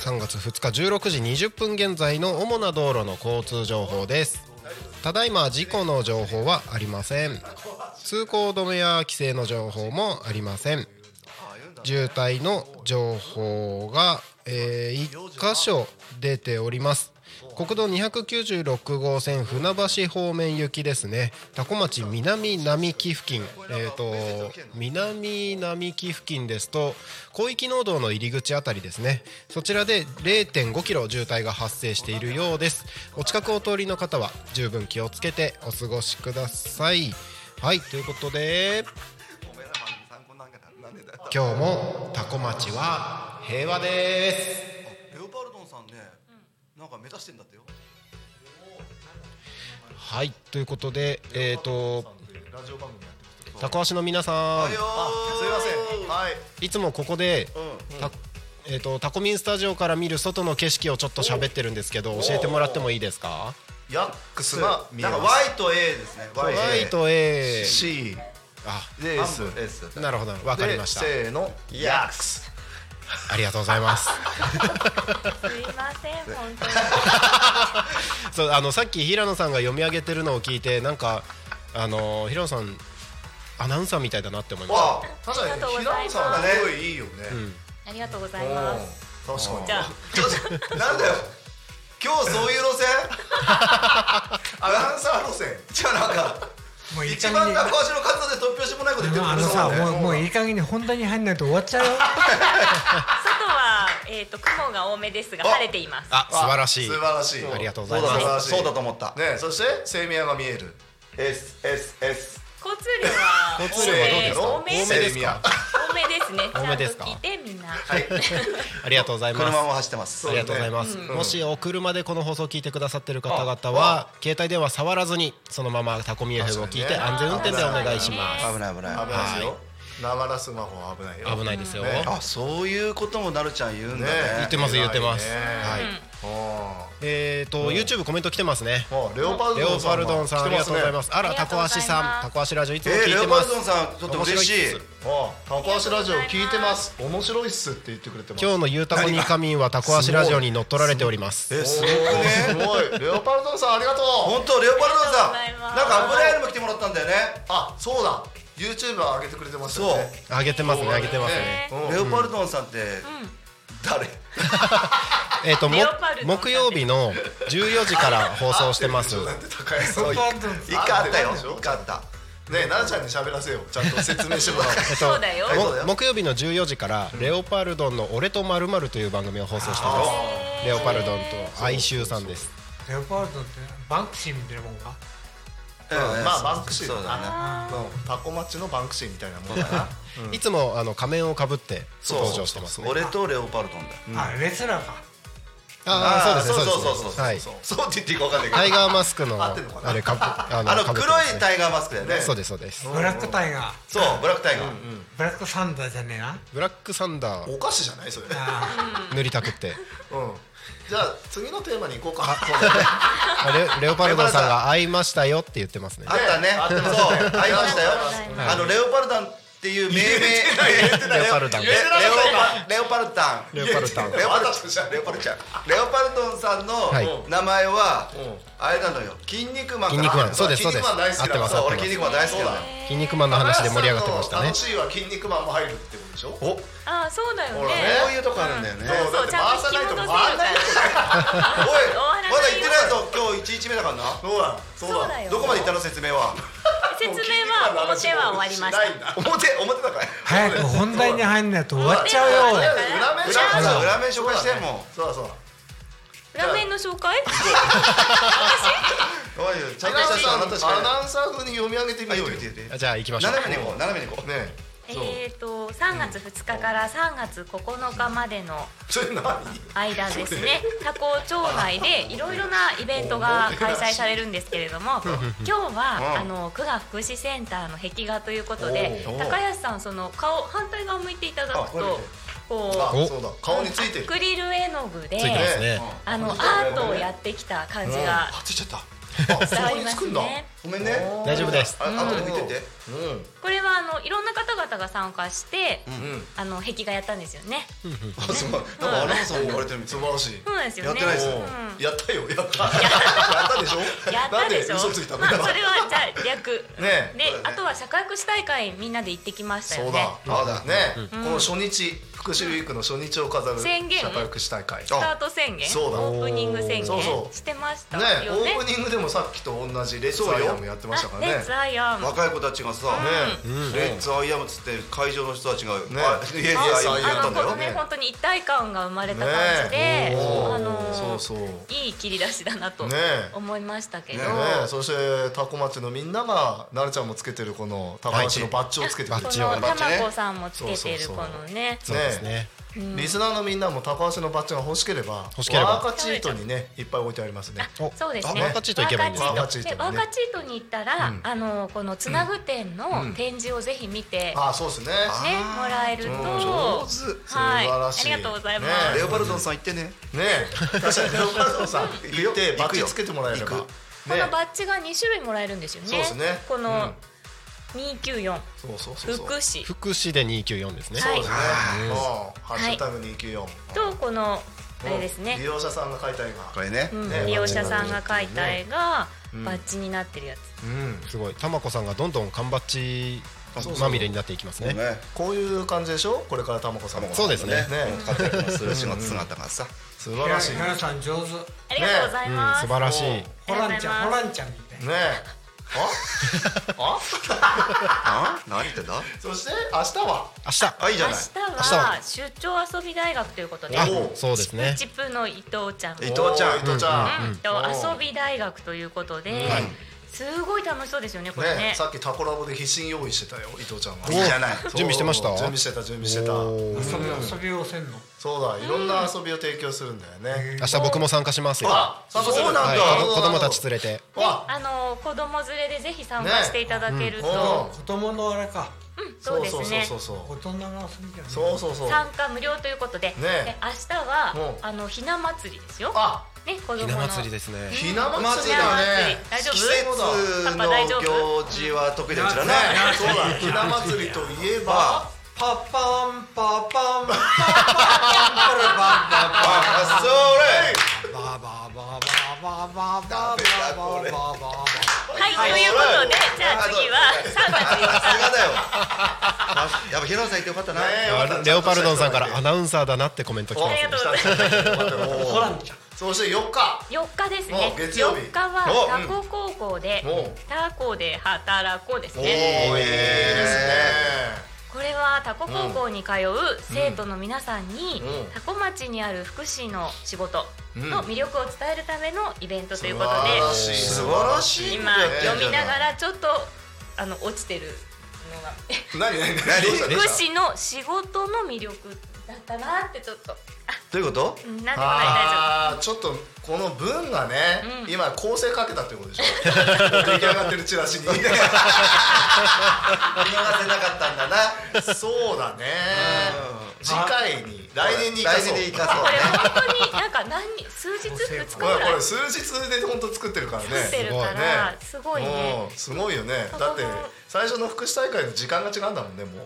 A: 3月2日16時20分現在の主な道路の交通情報です。ただいま事故の情報はありません。通行止めや規制の情報もありません。渋滞の情報が、え1箇所出ております国道296号線船橋方面行きですね多古町南並木付近えーと南並木付近ですと広域農道の入り口あたりですねそちらで0.5キロ渋滞が発生しているようですお近くお通りの方は十分気をつけてお過ごしくださいはいということで
F: おめえら番組参考になんかなんねえんだよ
A: 今日もタコ町は平和です
F: レオパルドンさんねなんか目指してんだってよ
A: はいということでえっ、と
E: ラジオ番組やって
A: タコ足の皆さ
F: はいよ
E: あすいませんはい
A: んいつもここで、たえー、とタコミンスタジオから見る外の景色をちょっと喋ってるんですけど教えてもらってもいいですか
E: ヤックスが見え
F: なんか
E: ま
F: Y と A ですね Y
A: Y と A
E: C
A: あ
E: で S
F: 半分 S
A: なるほどわかりました
E: でせーのヤックス
A: ありがとうございます
B: すいません本当に
A: そうあのさっき平野さんが読み上げてるのを聞いてなんかあの平野さんアナウンサーみたいだなって思いまし
F: あ
E: 確かに
B: ありがとうご
E: 平
B: ざい
E: 野
B: ます
E: さんすごいいいよね
B: ありがとうござ
E: う
B: い
E: ん
B: ます
E: 確かに
B: じゃあ
F: ちょっとなんだよ今日そういう 路線
E: アナウンサー路線
F: じゃあなんか
G: もういい
F: 一
G: 加
F: 番
G: 減に
F: 中足の数で突拍子もないこと言って
G: も
F: る
G: うあ
F: ん
G: の
F: です
G: さ
F: よ
G: もうもういい加減に本題に入んないと終わっちゃうよ
B: 外はえっ、と雲が多めですが晴れています。
A: あ素晴らしい
E: 素晴らしい
A: ありがとうござ
F: そ
A: いうま
F: だ
A: す
F: そ
E: 素晴らしい
F: うだそうだと思った
E: ねそして生命が見える
F: SSS
B: 交通量は
A: 交通量はどうですか
B: 多
A: 多
B: め
A: めです
E: セミア
A: か
B: 多めですね。ち
A: 多
B: ゃ
A: め
B: んと
A: ですか
B: 聞いてみんな。
A: ありがとうございます
F: 車も走ってます
A: ありがとうございます、もしお車でこの放送を聞いてくださってる方々は携帯電話触らずにそのままタコミ FM を聞いて
E: 確かにね
A: 安全運転でお願いしま
F: 危ない危
E: 危
F: ない
E: ないですよながらスマホは危ないよ
A: す危ないですよ、
E: ね
F: あそういうこともなるちゃん言うんだね
A: 言ってます言ってます
E: ね
A: はい、
E: う
A: えっ、ー、と YouTube コメント来てますね
E: んもうレオパル
A: レ
E: ド
A: オ
E: ンさ
A: パ
E: ん
A: ルドンさんありがとうございますすあら
B: あり
A: タ
B: がとう
A: コ
B: ございま
A: 足
B: す
A: さんタコ足ラジオいつも
F: え
A: 聞
F: ー、
A: い
F: レ
A: て
F: オパ
A: ま
F: ル
A: す、
F: ドンさんちょっと嬉しい
A: 面白いっす
E: タコ足ラジオ聞いてます面白いっすって言ってくれてます
A: 今日のゆうたこにかみんはタコ足ラジオに乗っ取られております
F: えすごく
E: す
F: ね
E: ごいレオパルドンさんありがとう
F: 本当レオパルドンさ
B: ありがとうございま
F: ん
B: す
F: なんか油絵にも来てもらったんだよね
E: あそうだ YouTube 上げてくれてますよね
A: あげてますねあげてますね
E: ねうん
F: レオパルドンさんって誰
A: えっ、ー、とも
B: レオパルドンさんね
A: 木曜日の14時から放送してます
E: なんて高い
F: そう
E: そう
F: 一
E: ね
F: 回あったよ一回あった
E: 奈々ちゃんに喋らせようちゃんと説明してもらおう
A: えっ
B: そうだよ
A: も木曜日の14時から「レオパルドンの俺とまるまるという番組を放送していますレオパルドンと哀愁さんです
G: レオパルトってバンクシーみたいなもんか
E: うんまあバンクシー
F: そうだね
E: なうんタコマッチのバンクシーみたいなもんだな
A: いつもあの仮面をかぶって登場してますね
F: 俺とレオパルドンだ
G: あレスラーか
A: ああそうですね
F: そうそうそ
A: で
F: うそう
A: すねはい
F: そうそうって言っていいかわかんないけど
A: タイガーマスクの
E: 合ってんのかな
A: あれかぶあ
F: あの
A: 被って
F: 黒
A: ますね
F: いタイガーマスクだよね
A: そうですそうです
G: ブラックタイガー
F: そうブラックタイガー
G: ブラックサンダーじゃねえな
A: ブラックサンダー
E: お菓子じゃないそれうん
G: あ
A: 塗りたくって
E: じゃあ次のテーマに行こうか そうだね
A: あレレオパルドンさんが会いましたよって言ってますね
F: あったね
E: あって
F: そう
E: ます
F: 会いましたよ
B: はい
F: あのレオパルダンっていう命名
A: レオパルダン
F: レレオパレオパルダン
A: レオパル ダン
F: レオパルちゃんレオパルちゃんレオパルドンさんの
A: はい
F: 名前は
E: うん
F: あれなのよ筋肉マンか
A: 筋
F: ら
A: 肉マンそうですそう
E: 筋
A: で
E: 肉
A: す
E: マン大
A: 合
E: 好き
A: ってま
E: だ
A: す
F: そ
A: 合
F: う
A: って
F: 俺
A: ます
F: 筋肉マン大好きだ
A: 筋肉マンの話で盛り上がってましたね
E: 楽しいは筋肉マンも入るってことでしょ
F: お
B: あーそうだよね
E: ほらね
F: こういうとこあるんだよね
E: そうだって
B: ちゃんと引き戻せるから
E: 回さないと
F: おい
B: 終わらないよ
F: まだ行ってないぞ今日1日目だからな
E: そうだそう
B: そうだよ
F: どこまで行ったの説明は
B: 説明は表は終わりました
E: た
F: 表表だから
G: ー早く本題に入んないと終わっちゃうよ
E: 裏面
F: 裏
E: 紹介
F: そう裏面紹介しても
E: そうだそうだ
B: 裏面の紹介
F: うおいちゃんとした人あなたしかい
E: ア
F: ない
E: ナウンサー風に読み上げてみ
F: あ
E: よ
F: 言っ
E: う
F: て
E: よ
F: 言って言って
A: あじゃあ行きましょう
F: 斜めにこう斜めにこう
E: ね
B: えっと3月2日から3月9日までの
E: それ何
B: 間ですね多古町内でいろいろなイベントが開催されるんですけれども今日はあの久我福祉センターの壁画ということで高安さんその顔反対側向いていただく
F: あ
B: とこ
E: あ
B: う
A: お
E: そうだ顔について
B: ア
E: る
B: クリル絵の具で
A: ついてますね
B: あのアートをやってきた感じが
E: あついちゃったあそ
B: 伝わ
E: こ
B: り
E: に
B: ま
E: つく
B: す
E: んだ
B: ね。
F: ごめんね
A: 大丈夫です
F: あ後で見てて
B: これはあのいろんな方々が参加して、
E: うん
B: あの壁画やったんですよね。
F: あすごいなんかアナウンサーに言われてるみた
E: 素
F: い
E: 晴らしい
B: そうなんですよね。
F: やってないです
B: う
F: よ
B: ん
E: やったよやったやったでしょ
B: やったでしょ。
E: なんで嘘ついたの
B: まあそれはじゃあ略。
E: ねえ
B: で、あとは社会福祉大会みんなで行ってきました
E: そ
B: よ
E: う
B: ね。
E: だそうだねこの初日福祉ウィークの初日を飾る社
B: 宣言
E: 会福祉大会ね
B: スタート宣言、
E: そうだ
B: オープニング宣言
E: そうそう
B: してました
E: オ
B: よね。
E: ープニングでもさっきと同じレッツアイアムやってましたから
B: あレ
E: ね
B: ッツアイアン。
F: な若い子たちがさ
E: うん
F: レッツアイアムっつって会場の人たちがあ
E: ね
F: イエスアイアムやった
B: あの
F: んだ
B: こ
F: よ
B: のね
E: ね
B: 本当に一体感が生まれた感
E: ね
B: じで、
E: え
B: あの
E: そうそうね
B: いい切り出しだなと
E: ねえ
B: 思いましたけど、
F: ね
E: えそしてタコ町のみんながなるちゃんもつけてるこのタコ町のバッジをつけてくれて
B: こ
E: る
B: の
F: バッチね
B: たまこさんもつけてるこのね
A: そうですね
E: リスナーのみんなも高橋のバッジが欲しければ
A: 欲しければ
E: ワーカチートにねいっぱい置いてありますね
A: お
B: そうですね。
A: あワーカチート行けばいいんですね
B: ワーカチートで
E: ワ
B: ワ
E: ー
B: ー
E: カ
B: カチートに行ったら、あのこのつなぐ展の展示をぜひ見て、ね
E: あそうですね
B: もらえると、
E: 上手
B: はい、
E: 素晴
B: あ
E: らしい
B: りがとうございま
E: ね
B: す。
F: レオパルドンさん行ってね
E: ねえ確かに高橋さん
F: くよ
E: 行ってバッジつけてもらえれば
F: 行
E: ね
F: く
B: このバッジが二種類もらえるんですよね。
E: そうですね
B: こ
E: うん
B: の二九四
E: そうそうそうそう
B: 福祉
A: 福祉で294ですね
B: はい
E: ねうんハッシュタグ294
B: とこのあれですね
E: 利。用者さんが書いた絵
F: こ
E: が
F: れね
B: うん
E: ね
B: 利用者さんが描いた絵がバッジになってるやつ。
E: うん
A: すごいたまこさんがどんどん缶バッジまみれになっていきますね
F: ね
E: こういう感じでしょこれからタマコさんも
A: そうですね
E: ね
F: 活躍もする仕事姿がさ
E: 素晴らしいね
G: 皆さん上手
B: ありがとうござい
A: うん
B: ます。
A: 素晴らしい
B: あ
G: ホ
B: りがと
G: ラ
B: うござい
G: ンち
B: ま
G: ゃ
B: す
G: んホランちゃんみたいな
E: えあ
F: あ何言ってんだ
E: そして明日は
A: 明日
F: あいいじ
B: 明
F: ゃ
B: 日
F: ない
B: は出張遊び大学ということで
A: あ
E: おう
A: そうですね
B: チップの伊藤ちゃん
F: 伊藤ちゃん
E: おー伊藤ちゃん、
B: うんと遊び大学ということで、すごい楽しそうですよねこれね
E: ね、さっきタコラボで必死に用意してたよ伊藤ちゃんはい
F: いじゃない
E: そ
A: 準
E: う
A: 備してました
E: 準備してた準備してた
A: おー
G: 遊び遊びをせんの
E: そうだいろんな遊びを提供するんだよね、
A: 明日僕も参加しますよは
E: あそうなんだ、
A: い子供たち連れて
B: で
E: わ
B: あの子供連れでぜひ参加していただけると、
E: うん
G: 子供のあれか
B: うんそうですね
E: そうそう
G: 大人の遊びじゃない
E: そうそうそうそう
B: 参加無料ということで,で、明日は
E: うん
B: あのひな祭りですよ。
E: あ
B: ね子供
A: ひな
B: の
A: 祭りですね
E: ひな祭りだね
B: 大丈夫
F: 季節の行事は得意だよ知ら
E: ね
F: な い
E: そうだひな祭りといえば
F: あ
G: パパンパパンパパンパ
F: あ
G: パンパ
F: あそ
G: バババババババババババ
B: はい、
F: はい
B: ということで
F: はい
B: じゃあ次は3月
F: れさすがだよあやっぱ平野さんいてよかったな
E: ね
A: あレレオパルドンさんからアナウンサーだなってコメント来て
B: あ
A: ま
B: り
A: す
B: が
A: ね
B: とうございます
F: ほら
E: そして4日
B: 4日ですね
E: お月曜日
B: 4日はタコ高校で
E: お
B: タコで働こうです
E: おー
B: ね
E: いいですね
B: これはタコ高校に通う生徒の皆さんに
E: うん
B: タコ町にある福祉の仕事の魅力を伝えるためのイベントということ
E: 素晴らしい
F: 素晴らしい
B: で
F: こと
B: 今
F: やってんじゃ
B: 読みなが
F: い
B: らちょっとあの落ちてるのが
E: 何何何
F: 何
B: 福祉の仕事の魅力だったなってちょっとあ
F: どういうこと
B: うんなんでもない大丈夫
E: あーちょっとこの文がね、
B: うん
E: 今構成かけたって ことでしょ出来上がってるチラシに
F: 見逃せなかったんだな
E: そうだね
F: うん
E: 次回に来年に生か
F: 来
E: そう
F: 年に生かそう
B: これ本当になんか何日数日2日ぐ
E: これ
B: ら
E: こ
B: い
E: れ数日で本当作ってるからね
B: 作ってるからすごいね
E: うんすごいよね
B: ここ
E: だ
B: も
E: って最初の福祉大会の時間が違うんだもんねもう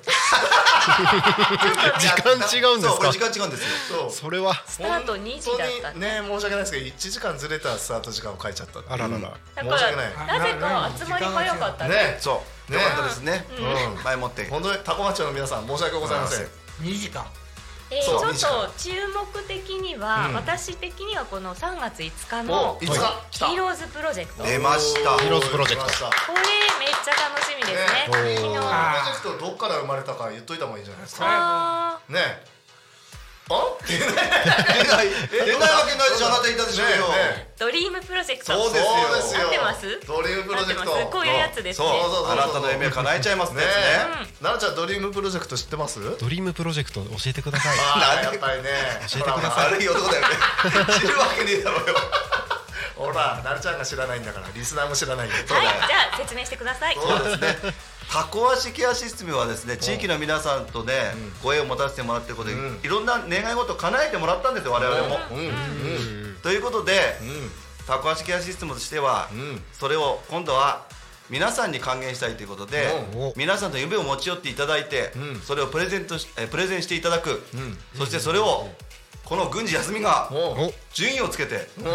A: 時間違うんで
F: そ
A: す
F: うこれ
A: か
F: 時間違うんですよ
E: そう
A: それは
B: スタート2時だった
E: 本当にね申し訳ないですけど1時間ずれたスタート時間を変えちゃった
A: あららら
B: だ
E: 申し訳ない
B: からなぜか集まりが良かったね
E: ね
F: そう
E: ね
F: よかったですね
E: うん
F: 前もって
E: 本当にタコ町の皆さん申し訳ございません
G: 2時間
B: えーち
E: そ
B: ょ
E: う
B: っと注目的には私的にはこの3月5日の
E: おいつか来
B: ヒ
E: た
B: ーローズプロジェクトこれ
F: 出ました
A: ヒーローズプロジェクト
E: 出ました
B: めっちゃ楽しみですね
E: ね
B: 昨日
E: プロジェクトどっから生まれたか言っといた方がいいんじゃないですか
B: あ
E: ねあってね
F: 出ない出ないわけないでしょあなた言ったでしょうよ
E: ね
B: ードリームプロジェクト
F: そうですよ
E: そうですよ
B: 合ってます
E: ドリームプロジェクト
B: 合ってますこういうやつです
E: そう
B: ね
E: そうそうそう
F: あなたの夢を叶えちゃいますね
E: ねえ奈々ちゃんドリームプロジェクト知ってます
A: ドリームプロジェクト教えてください
E: あーやっぱりね
A: 教えてくだ
F: 悪い男だよね 知るわけねえだろうよ
E: ほら奈々ちゃんが知らないんだからリスナーも知らないんだよ
B: はいじゃあ説明してください
F: そうですね。タコ足ケアシステムはですね、地域の皆さんとね、ご縁を持たせてもらってことで、
E: うん
F: いろんな願い事を叶えてもらったんですよ、我々も。
E: うんうん
F: ということで、
E: うん
F: タコ足ケアシステムとしては、
E: うん
F: それを今度は皆さんに還元したいということで、
A: うんお
F: 皆さんの夢を持ち寄っていただいて、
E: うん
F: それをプレゼントしえプレゼンしていただく、
E: ん
F: そしてそれをこの郡司休みが
E: おう
A: お
F: 順位をつけて、
E: おう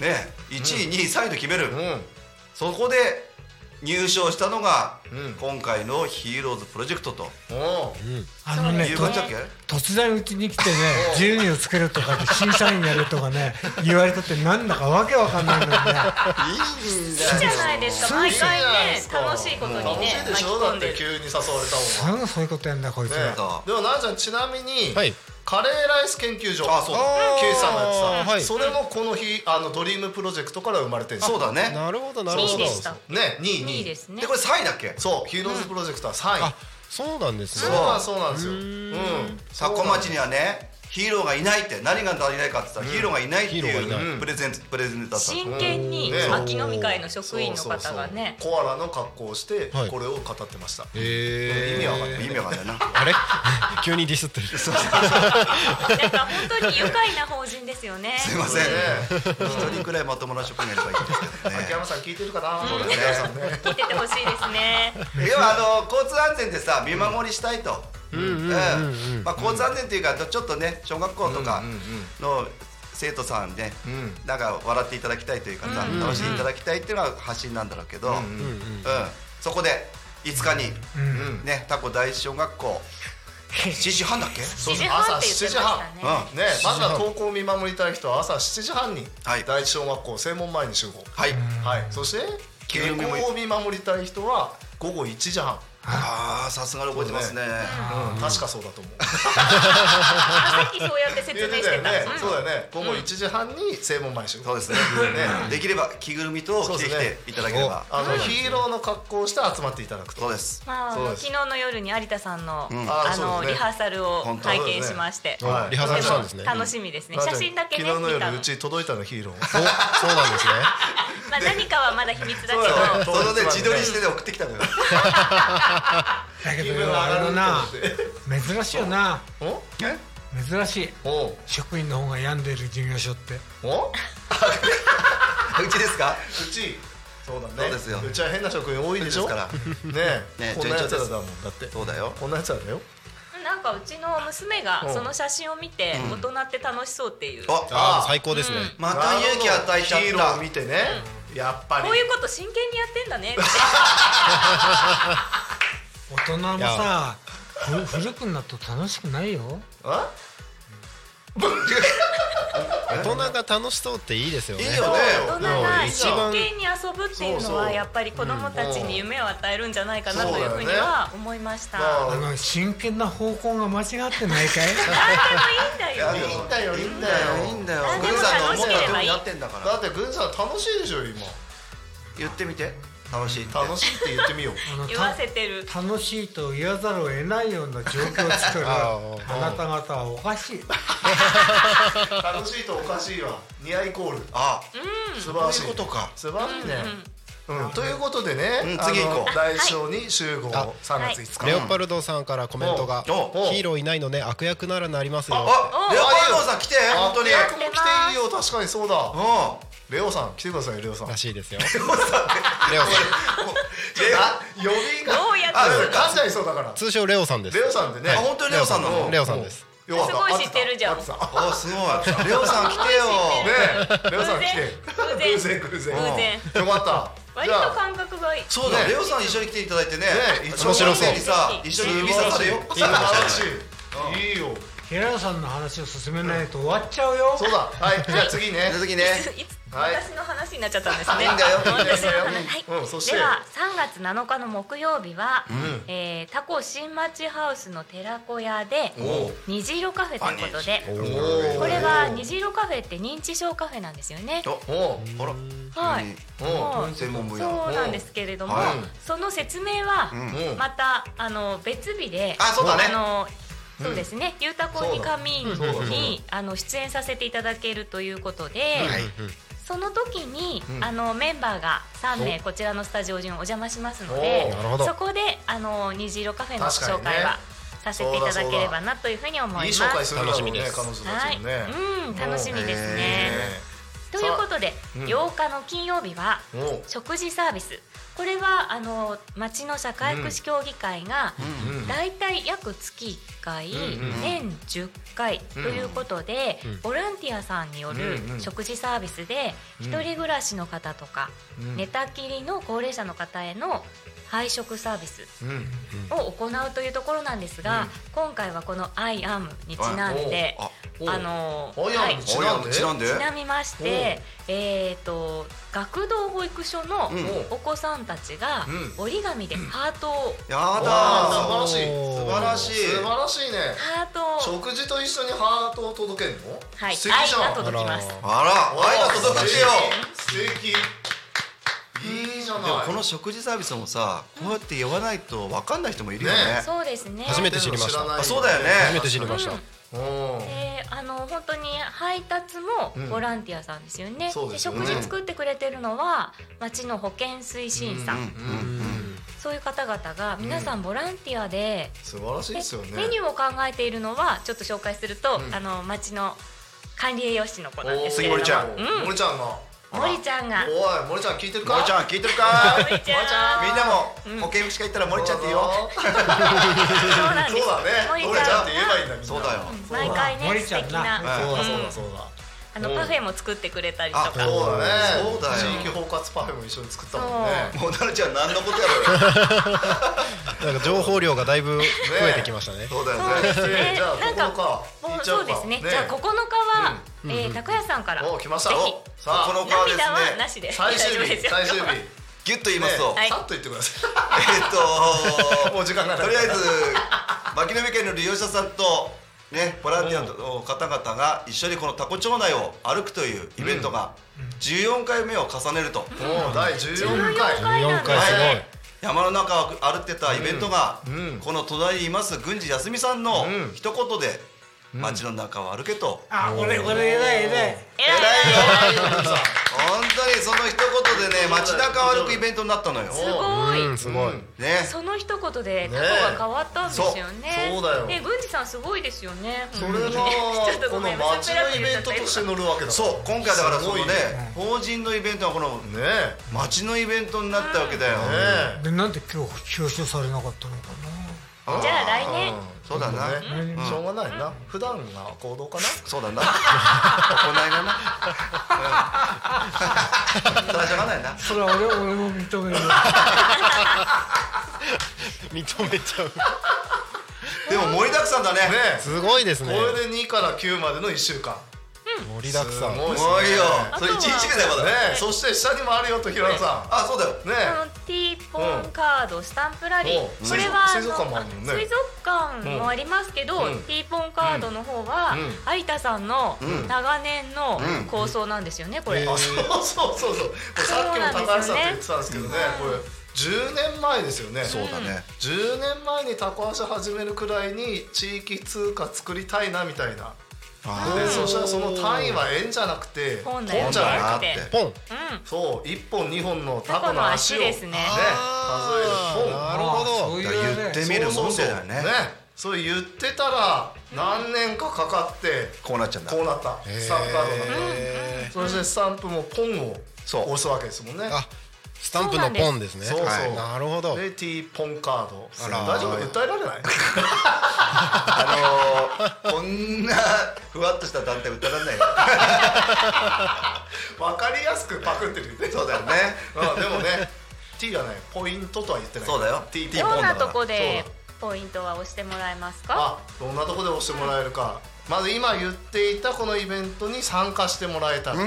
A: お
F: ね、1位、2位、3位と決める。
E: うん
F: そこで入賞したのが、
E: うん
F: 今回のヒーローズプロジェクトと
E: おう
G: あのね
F: いう
B: と
F: 感じだっけ
G: 突然うちに 来てね自由をつけるとかって審査員やるとかね言われたってなんだかわけわかんないの にね
F: いいんだ
B: いいじゃないですか毎回ね楽しいことに
E: 楽
B: ね
E: しいで
B: 巻
E: し
B: き
E: ょだ
B: 込
E: っ
B: んで
E: て
B: る
E: 急に誘われたもん
G: すぐそういうことやんだこいつ
E: ね
G: ら
F: そう
E: でも奈々ちゃんちなみに
A: はい
E: カレーライス研究所
F: あそうだ
A: あー
E: ケイさんがやってた、
A: はい
E: それもこの日あのドリームプロジェクトから生まれてるんです
F: そう
E: よ
F: だね
A: なるほどなる
B: 2
A: ほ
B: 位
A: ど
B: でした
E: ね2位
B: 2
E: 2
B: 位ですね
F: でこれ3位だっけ
E: そうヒーローズプロジェクトは3位、
A: あそうなんです
E: そう
A: ね
E: なんそうなんですようん
F: 佐古町にはねヒーローがいないって何が足りないかって言ったら、ヒーローがいないって
A: ヒー
F: い
A: ローがいな
F: うプレゼンプレゼンだった
B: 真剣に
E: ね
B: 秋飲み会の職員の
E: そうそう
B: 方
E: そう
B: がね
E: コアラの格好をして
A: はい
E: これを語ってました、
A: え
E: 意味わかんない
F: 意味わかんないな
A: あれ 急にディスってる
B: なんか本当に愉快な法人ですよね
F: すいません一人くらいまともな職員がいればいいんですけどね
E: 秋山さん聞いてるかな、これ
F: ね
E: 秋山さんね
B: 聞いててほしいですね
F: 要はあの交通安全でさ見守りしたいと、うんまあ、交通安全というかちょっとね小学校とかの生徒さんで、ね
E: ん
F: なんか笑っていただきたいというかさ、楽しんでいただきたいっていうのが発信なんだろうけど、うんそこで5日に、ね、タコ第一小学校7時半だっけ
E: う
B: 7時半って言ってましたね
F: うん、
E: ね、まずは登校を見守りたい人は朝7時半に
F: はい
E: 第一小学校正門前に集合
F: はい
E: はい、そして
F: 9月読みも
E: を見守りたい人は午後1時半、
F: ああさすがに覚えてますね
E: うん確かそうだと思う
B: あさっきそうやって説
E: 言っ
B: 明
E: て
B: したて
E: よ
B: た
E: ね、そうだよね午後1時半に正門前集合
F: そうですねねできれば着ぐるみと着てきていただければ
E: あのヒーローの格好をして集まっていただくと
F: そうです
B: まあ、あ
E: そう
B: の
E: です
B: 昨日の夜に有田さんの、
F: ん
E: あ
B: あ
E: そう
B: の
E: ですね
B: リハーサルを
F: 本当
B: 拝見しまして、
E: そうですねはい
A: リハーサルしたんです
B: とて
A: ね
B: も楽しみですね。
E: なんで
B: 写真だけね、
E: 昨日の
B: 見た
E: 夜
B: の
E: う。ちに届いたのヒーロー
A: おそうなんですね
B: まあ、何かはまだ秘密だけど、
F: そのね自撮りしてで送ってきたのよ
G: だけど
E: 気分
G: よ
E: 上
G: あ
E: が
G: れ
E: る
G: だな珍しいよな
E: お
G: 珍しい
E: お
G: 職員の方が病んでる事業所って
E: お
F: うちですか
E: うちそうだね
F: そうですよ
E: うちは変な職員多いでしょ
F: そうです
E: ね
F: ね
E: えこんなやつら
F: 順調です
E: だもんだって
F: そうだよ
E: こんなやつらだよ
B: なんかうちの娘が
E: うん
B: その写真を見て、大人って楽しそうっていう。こ
F: あ
A: あ
F: あ
A: ー最高ですね、
F: また勇気与えちゃっ
E: ヒーローを見
F: た
E: てねやっぱり
B: ういうこと真剣にやってんだね。みたい
G: 大人もさふ古くなると楽しくないよ
E: あ
A: 大人が楽しそうっていいですよね
F: いいよ
B: な
F: ね
B: 大人が
A: 一番
B: 真剣に遊ぶってい
E: そう
B: うの
E: そ
B: は
E: う
B: やっぱり子供たちに夢を与えるんじゃないかな
E: うん
B: というふうには思いました。
E: ま
B: あ
E: あ
G: あの真剣な方向が間 違ってないかい
B: れもいいんだよ。
E: いいんだよいいんだよ
F: いいんだよ
B: 何で
F: グ
B: も
F: ーさんの思った
B: 楽しけれ
F: 通
B: ば
F: り
B: いい
F: やってんだから
E: だって軍さん楽しいでしょ今
F: 言ってみて楽しいって
E: 楽しいって言ってみよう
G: あの
B: 言
G: た
B: わせてる。
G: 楽しいと言わざるを得ないような状況を 作る
A: あ
G: あ
A: ー
G: なた方はおかしい
E: 楽しいとおかしいは似合いコール
F: あ
E: 素晴らしい
F: そういうことか
E: 素晴らしいねうんということで
F: う
E: ね
F: ん次行こう
E: あの大賞に集合
A: あ
E: 3月5日
A: レオパルドさんからコメントが
F: お
A: 「ヒーローいないのね悪役ならなりますよ」
F: あ
B: お
F: レオパルドさん来て本当に
E: あレオ君も来ていいよ確かにそうだ
F: うん
E: レオさん来てくださいレオさん
A: らしいですよ。レオさん
F: レオ
E: 呼びが
B: どうやって
E: あでも噛んじゃいそうだから
A: 通称レオさんです
E: レ。オさんでね
F: あ本当にレオさんなの
A: レオさんです。
E: よかった
B: すごい知ってるじゃん
E: 合ってた合って
F: あすごいレオさん来てよ
E: たねえ レオさん来て偶
B: 偶然
E: 然
B: 偶然
E: うんよかった
B: 割
E: じ
B: と
E: ゃあ
B: 感覚がいい。
F: そうだレオさん一緒に来ていただいてね
E: ね
F: 小学生にさ
B: 面白
F: 一
B: そ
F: 緒に指さされよ
E: 素晴らしいいいよ
G: 平野さんの話を進めないと終わっちゃうよ
E: そうだはいじゃあ次ね
F: その時ね
B: いつ
E: はい
B: 私の話になっちゃったんですね。
F: いいんだよ
B: 私の
E: う
B: 話
E: ん
B: は
E: うん
B: い。
E: そして
B: では3月7日の木曜日は、えータコ新町ハウスの寺子屋で
F: おう
B: 虹色カフェということで。
E: おー
B: これは虹色カフェって認知症カフェなんですよね。
F: お
E: お
F: あら
B: はい。
E: お
B: はい
F: 専門分野
B: そうなんですけれども
F: はい、
B: その説明は
E: ん
B: またあの別日で、
F: あそうだね
B: あのそうですね、ゆうたこにかみ
E: そうだそうだ
B: にあの出演させていただけるということで、
F: はい
B: その時に、あのメンバーが3名こちらのスタジオにお邪魔しますの
E: お
B: で
E: ー
A: なるほど
B: そこであの虹色カフェの
E: 確かにね
B: 紹介はさせていただければなというふうに思います。
E: いい紹介するだろう
A: 楽しみ
E: ね
A: で
E: 彼
A: す
E: 女た
B: は
E: ち
B: い、
E: もね
B: うん、楽しみですね。
E: え
B: ということで、
E: あうん
B: 8日の金曜日は
E: ーお
B: 食事サービスこれはあの町の社会福祉協議会がだいたい約月1回、年10回ということで、ボランティアさんによる
E: うんうん
B: 食事サービスで一人暮らしの方とか、寝たきりの高齢者の方への配食サービス
E: うん
B: を行うというところなんですが、今回はこの「アイアムにちなんで
F: あ
E: お
B: あの
E: おや
B: はい
E: ん
F: おやちなんで
B: ちなみまして、えー、と学童保育所の
F: う
B: お子さんたちが
E: う
B: 折り紙でハートを、
F: や
E: あー素晴
F: だ
E: らしい
A: おー
F: 素晴らしい
E: 素晴らしいね
B: ハートを、
E: 食事と一緒にハートを届けるの
B: はい、
E: 素
B: 愛
E: 敵じゃん
B: が届きます。
F: あら愛が届くよ
E: 素敵いいじゃない
F: でもこの食事サービスもさこうやって呼ばないと分かんない人もいるよね
E: ね
B: そうですね。
A: 初めて知りました
E: 知らない
F: あそうだよね
A: 初めて知りました。
E: うん
B: であの本当に配達もボランティアさんですよね。
E: そうですよね
B: 食事作ってくれてるのは町の保健推進さん、
F: うん
B: そういう方々が皆さんボランティアで
E: 素晴らしいですよね
B: メニューを考えているのはちょっと紹介すると、あの町の管理栄養士の子なんですけれども
F: おー杉森ちゃん
B: うん
E: 森ちゃんが
B: 森ちゃんが
E: おい森ちゃん聞いてるか
F: 森ちゃん聞いてるか
B: 森ちゃん
F: みんなも保健福祉課行ったら森ちゃんって言おう
B: そうなん
E: そ
B: で
E: う
B: す
E: だね
B: 森ち
E: 森ちゃん
B: ゃ
E: って
B: ん
E: 言えばいいんだみんな
F: そうだよ
B: 毎回ね
G: 森
B: 素
G: ちゃん
B: 敵
G: な
B: な
E: そうだそうだそうだ
B: あのパフェも作ってくれたりと
F: あ
B: か
E: そうだね
F: そうだよ
E: 地域包括パフェも一緒に作ったもんね
F: もうなるちゃん何のことやろうよ
A: なんか情報量がだいぶ増えてきましたね。
E: そうだ
B: そうですね
E: じゃあ
B: なん
E: 9日
B: かも
E: 行っ
B: う
E: ちゃ
B: そうう
E: か
B: ですねじゃあ9日はえーたこやさんから
E: お来ました
B: ぜ
E: おさあ
F: この子はです
B: ひ涙はな
F: ね
B: しで
E: 最終日
B: 大丈夫ですよ
E: 最終日
F: ギュッと言いますと、
C: はい
E: さっと言ってください
F: えっと
E: もう時間がない
F: とりあえず牧野県の利用者さんとねボランティアの方々が一緒にこのタコ町内を歩くというイベントが14回目を重ねると、
E: もう第14回
B: 回な
A: 14
B: んだ
A: 回すごい
B: ね
F: 山の中を歩ってたイベントが、
E: んうん
F: この隣にいます郡司康美さんの
E: ん
F: 一言で街の中を歩けと、
G: あ俺俺偉い偉い
B: 偉い
F: 偉いよ
E: さあ
F: 本当にその一言でね街中を歩くイベントになったのよ。
B: すごい、
A: うんすごい、
F: ね、
B: その一言で
E: ね
B: 過去が変わったんですよね
E: そうそうだよ
B: ね郡司さんすごいですよね
E: それが
B: ちょっと
E: この
B: ごめん
E: 街のイベントとして乗るわけだ
F: そう今回だからそのね
E: すごいね
F: 法人のイベントはこの
E: ね
F: 街のイベントになったわけだよ。
E: えね
G: でなんで今日表彰されなかったのか
F: うん
B: じゃあ来
E: え
B: 年
F: そうだな。
E: ねしょうがないな普段が行動かな
F: そうだな。行いがな。うんそれはしょうがないな。
G: それは俺俺も認 める
A: 認めちゃう
F: でも盛りだくさんだね。
E: ね
A: すごいです
E: こ
A: ね
E: れで2から9までの1週間
A: 盛りだくさん
E: す
F: す
E: ごい
F: ごいよ
B: あ。
F: そ
B: と
F: れ
B: は
F: 一日目だよまだ。
E: ね そして下にもあるよと平野さ
F: あそうだよ。
E: んね
B: あの T ポンカード、スタンプラリー
E: おう、
B: これは
E: 水族水族館もあるもんね
B: 水族館もありますけど、T ポンカードの方は、有田さんの長年の構想なんですよね、これ。
E: あそうそうそうそうこれさっきも高橋さんと言ってたんですけどねこれ10年前ですよね
F: そうだね。
E: 10年前にタコ足始めるくらいに地域通貨作りたいなみたいなでそしたらその単位は円じゃなくて
B: ポンだよ
E: ポンじゃない
F: あ
E: か
F: っ
B: だ
F: て
B: っ。
A: ポン
B: うん、
E: そう1本2本のタ
B: タ
E: コ
B: コ
E: の
B: の
E: 足
B: 足
E: を
B: ですね。
E: ね数えるポン
A: なるほど
G: そう
F: だ
G: い
F: か
G: う
F: ら
G: ね
F: 言ってみるもんだよね。
E: それ言ってたら何年かかかって
F: こうなっちゃうんだ
E: こ。うなったスタンプカードになったそしてスタンプもポンを
F: そう
E: 押すわけですもんね
A: あスタンプのポンですね
E: そうなんですそうそう
A: なるほど
E: で T ポンカード
A: あ
E: 大
A: ら
E: 丈夫訴えられない
F: あのーこんなふわっとした団体歌らないよ。
E: わかりやすくパクってるよね
F: そうだよね。
E: あでもね T がないポイントとは言ってない
F: そうだよ
E: T
F: いい
E: ポ
F: もん
B: ど
E: ン
B: ん
F: だ
B: な
F: から
B: とこで
E: そ
B: ポイントは押してもらえますか？
E: あどんなとこで押してもらえるかまず今言っていたこのイベントに参加してもらえたら、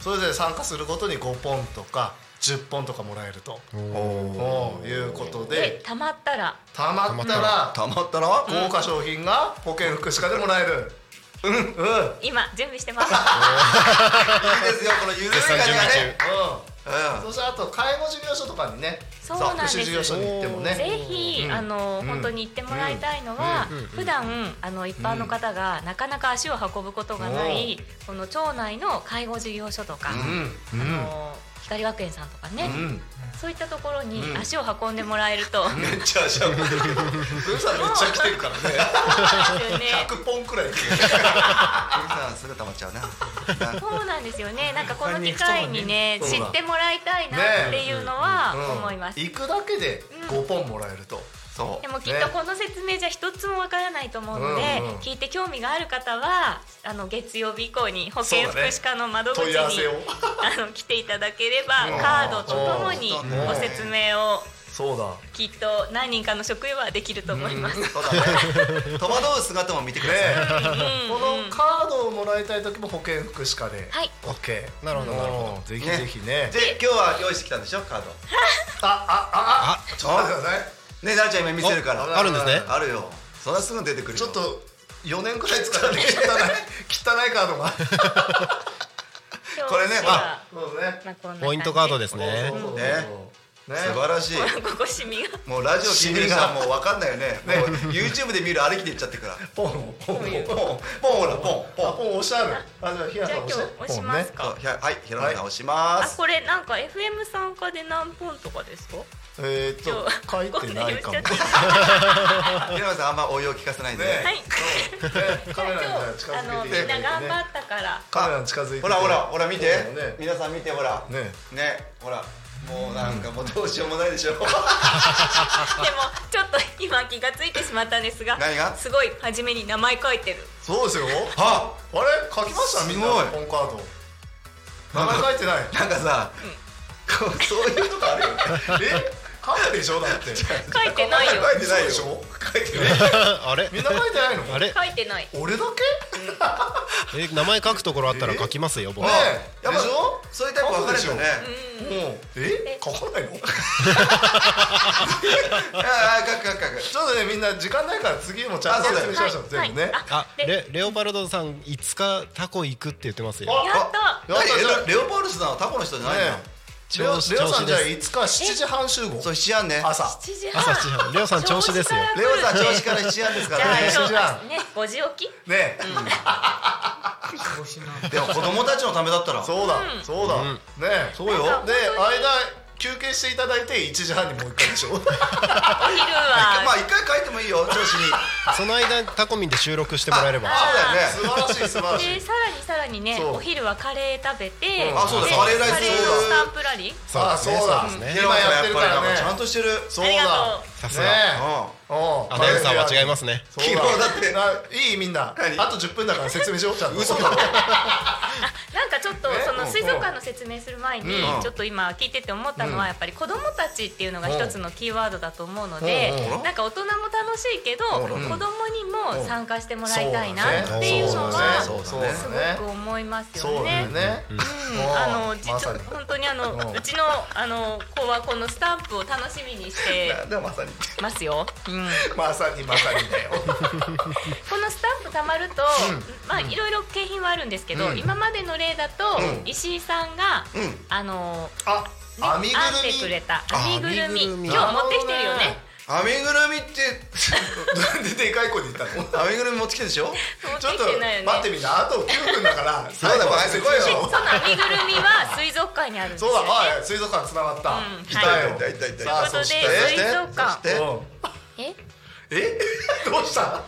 E: それぞれ参加するごとに5ポンとか10ポンとかもらえるとおーいうこと
B: で
E: で、
B: たまったら
E: たまったら
F: たまったな。
E: 豪華商品が保健福祉課でもらえるうんうんうん
B: 今準備してま
F: い
B: す。
F: いですよこのゆるい
A: 絶
F: 感
A: 賛
F: じ
A: 準
F: が
A: 備
F: ね
A: 中。
F: うん
E: そしてあと介護事業所とかにね
B: そうなんです
E: 福祉事業所に行ってもね
B: ぜひ、あの本当に行ってもらいたいのは、普段あの一般の方がなかなか足を運ぶことがない、この町内の介護事業所とか、あの光学園さんとかね、 そういったところに足を運んでもらえると、
F: めっちゃしゃべってる。
E: ルーさんめっちゃ来てるから ね
B: ですよね
E: 100ポンくらい来てる
F: さんすぐ溜まっちゃうな。な
B: そうなんですよねなんかこの機会にね
E: そう
B: 知
E: だ
B: ってもらいたいなっていうの
E: うん
B: は思います。
E: 行くだけで5ポンもらえると、
F: そう
B: で。もきっとこの説明じゃ一つもわからないと思うので、
E: うんうん
B: 聞いて興味がある方はあの月曜日以降に保健
E: そう
B: 福
E: だね
B: 祉課の窓口
E: 問
B: に、
E: い合わせを
B: あの来ていただければカードとともに
F: そうだね
B: ご説明を
E: そうだ
B: きっと何人かの職員はできると思います。
F: そうだね。戸惑う姿も見てください。
E: ね
B: う
E: こ
B: ん
E: のカードをもらいたい時も保健福祉課で
B: はい
E: OK
A: なるほどなるほ
E: ぜひぜひね
F: で今日は用意してきたんでしょカード。
E: ああああちょっと待ってください
F: ねなるちゃん今見せるから。
A: おあるんですね
F: あるよ。そりゃすぐ出てくるよ。
E: ちょっと4年くらい使って 汚い汚いカードがそうね
F: これね
B: 表紙がまあこんな感じ
A: ポイントカードですね
E: そうそうそう
F: ね
E: ね
F: 素晴らしい。
B: ここシミが
F: もうラジオ聞いてる人はもうわかんないよね。もう YouTube で見るありきで言っちゃってるから。
E: ポンポンポン
F: ポンポンほらポンポ
E: あ
F: ン。
E: ポン押してあるあじゃあひや
B: じゃ
E: さ
B: あ
E: ん
B: 今日
E: 押して
B: 押しますか。
F: そうひゃはい平野さん押しま
B: あ
F: す。
B: これなんか FM 参加で何本とかですか？
E: ポンねえーっ
B: 今
E: と書いて
B: 日
E: ないかも
B: こん言っちゃって
F: 平野さんあんま応用聞かせないんでね。
B: は
E: ね
B: い。
E: カメラに近
B: あ
E: づ
B: の
E: け
B: み
E: ていただい
B: ん
E: て
B: な
E: ね
B: 頑張ったから。
E: カメラに近づいてい
F: ほ
E: た
F: ら
E: だいて
F: ほらほら見て
E: そうだね
F: 皆さん見てほら
E: ね
F: ねほらもうなんかもうどうしようもない でしょ
B: でもちょっと今気がついてしまったんですが
F: 何が
B: すごい初めに名前書いてる
E: そうですよ
F: あ
E: あれ書きましたみんな
F: すごい
E: ポンカード名前書いてない
F: なんかさこうそういうとこあるよね
E: え書くでしょだって
B: 書いてないよ
F: 書いてないよ
E: 嘘
F: 書いてない
A: あれ
E: みんな書いてないの
A: あれ
B: 書いてない
E: 俺だけね
A: え名前書くところあったら書きますよ僕
E: え
F: やっぱ
E: でしょ
F: そういうタイプ分かれるよね
E: もうえ
B: え
E: 書かないの
F: ああかくかくかく
E: ちょっとねみんな時間ないから次もちゃんと
F: あそうだ
E: 説
F: よ
E: 明しましょう
B: は
E: 全
B: い
E: 部ね
B: あ
A: あ
B: で
A: レレオパルドさんいつかタコ行くって言ってますよ
E: あ
B: やった
E: やったじゃあ
F: レオパルスさんはタコの人じゃないのよ
E: ねレオレオさんじゃあいつか7時半集合
F: そう七安ね
E: 朝
B: 7時
A: 朝7時
B: 半
A: 半レオさん調子ですよ
B: から来る
F: レオさん調子から七安ですか
B: じ
F: ら
B: ゃあ
F: ね
E: 7時
B: 今
E: 半
B: 日ね5時起き
E: ね
G: 帽子な
F: でも子供たちのためだったら
E: そうだそうだねそう
F: よ
E: で間休憩していただいて1時半にもう一回でしょ
B: お昼
F: ま
B: は
F: あ一回書いてもいいよ調 子に
A: その間にタコミンで収録してもらえれば
F: そうだよね
E: 素晴らしい素晴らしい
B: でさらにさらにね
E: そう
B: お昼はカレー食べて
E: うん
F: あそうだ
B: で
F: カレーライス
B: カレーのスタンプラリー
A: そうですね
E: あそうだ
A: そうです
E: う
A: ね
E: ん今やってるからね
F: やっぱりなんちゃんとしてる
E: そう
B: あり
E: だ
B: がとう
A: さす
E: ね
A: が
F: う
E: おう
A: アナウンサーは違いますね
E: そうだ
F: 昨日だって
E: ないいみんな
F: 何
E: あと10分だから説明しようちゃんと
F: 嘘だろ
B: なんかちょっと
F: ね
B: そ
F: うん
B: の水族館の説明する前に
F: うん
B: ちょっと今聞いてて思ったのはやっぱり子どもたちっていうのが一つのキーワードだと思うので
E: うんうん
B: なんか大人も楽しいけど子どもにも参加してもらいたいなっていうのはす
E: そ
F: そうう
E: だ
F: だ
E: ね
F: ね
E: そうだね
B: ごく思います
E: そう
B: よ
E: だよ
B: ね。
E: ね
B: うん
E: うん
B: あの実
E: まさに
B: 本当にあの
E: うん
B: うちのあの子はこのスタンプを楽しみにして
E: でまさに
B: ますよ。うん
E: まさにまさにだよ
B: このスタンプ貯まると、まあいろいろ景品はあるんですけど、今までの例だと、石井さんが、
F: ん
B: あの
E: あ編
B: ね
E: みぐる
B: 編んでくれた編みぐるみ
A: 編みぐるみ
B: 今日持ってきてるよね
F: 編みぐるみって
E: みででかい声で言ったの
F: 編みぐるみ持ってきてるで しょ
B: 持って
E: ちょっ
B: き
E: と
B: てないよね
E: 待ってみんなあと9分だ から
F: そうだ
E: 前
F: すごいよ
B: その編みぐるみは水族館にあるんです
E: そ
B: よ
E: うだ
B: ね
E: はい水族館つながった
B: うん
E: 来たよ
F: はい痛い痛い痛い痛い
E: さあ
B: ということ
E: そ
B: で
E: して
B: 水族館
F: そして
E: う
F: そし
E: ん
F: て
B: え
E: え どうした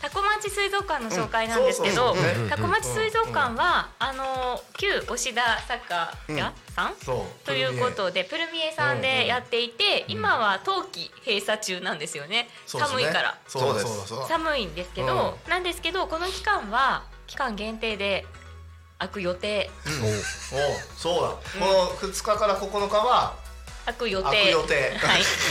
B: タコ町水族館の紹介なんですけ
E: う
B: ど、
E: んそうそうそう
B: タコ町水族館は、あの旧押田坂屋さん、
E: そう
B: ということでプルミエさんでやっていて、今は冬季閉鎖中なんですよね
E: そうですね
B: 寒いから
E: そうだ
F: そう
E: そう
F: です
E: だそうだ
B: 寒いんですけど、なんですけどこの期間は期間限定で開く予定
E: おうそうだこの2日から9日は
B: 開く予定
E: 開く予定
B: はい
A: 予定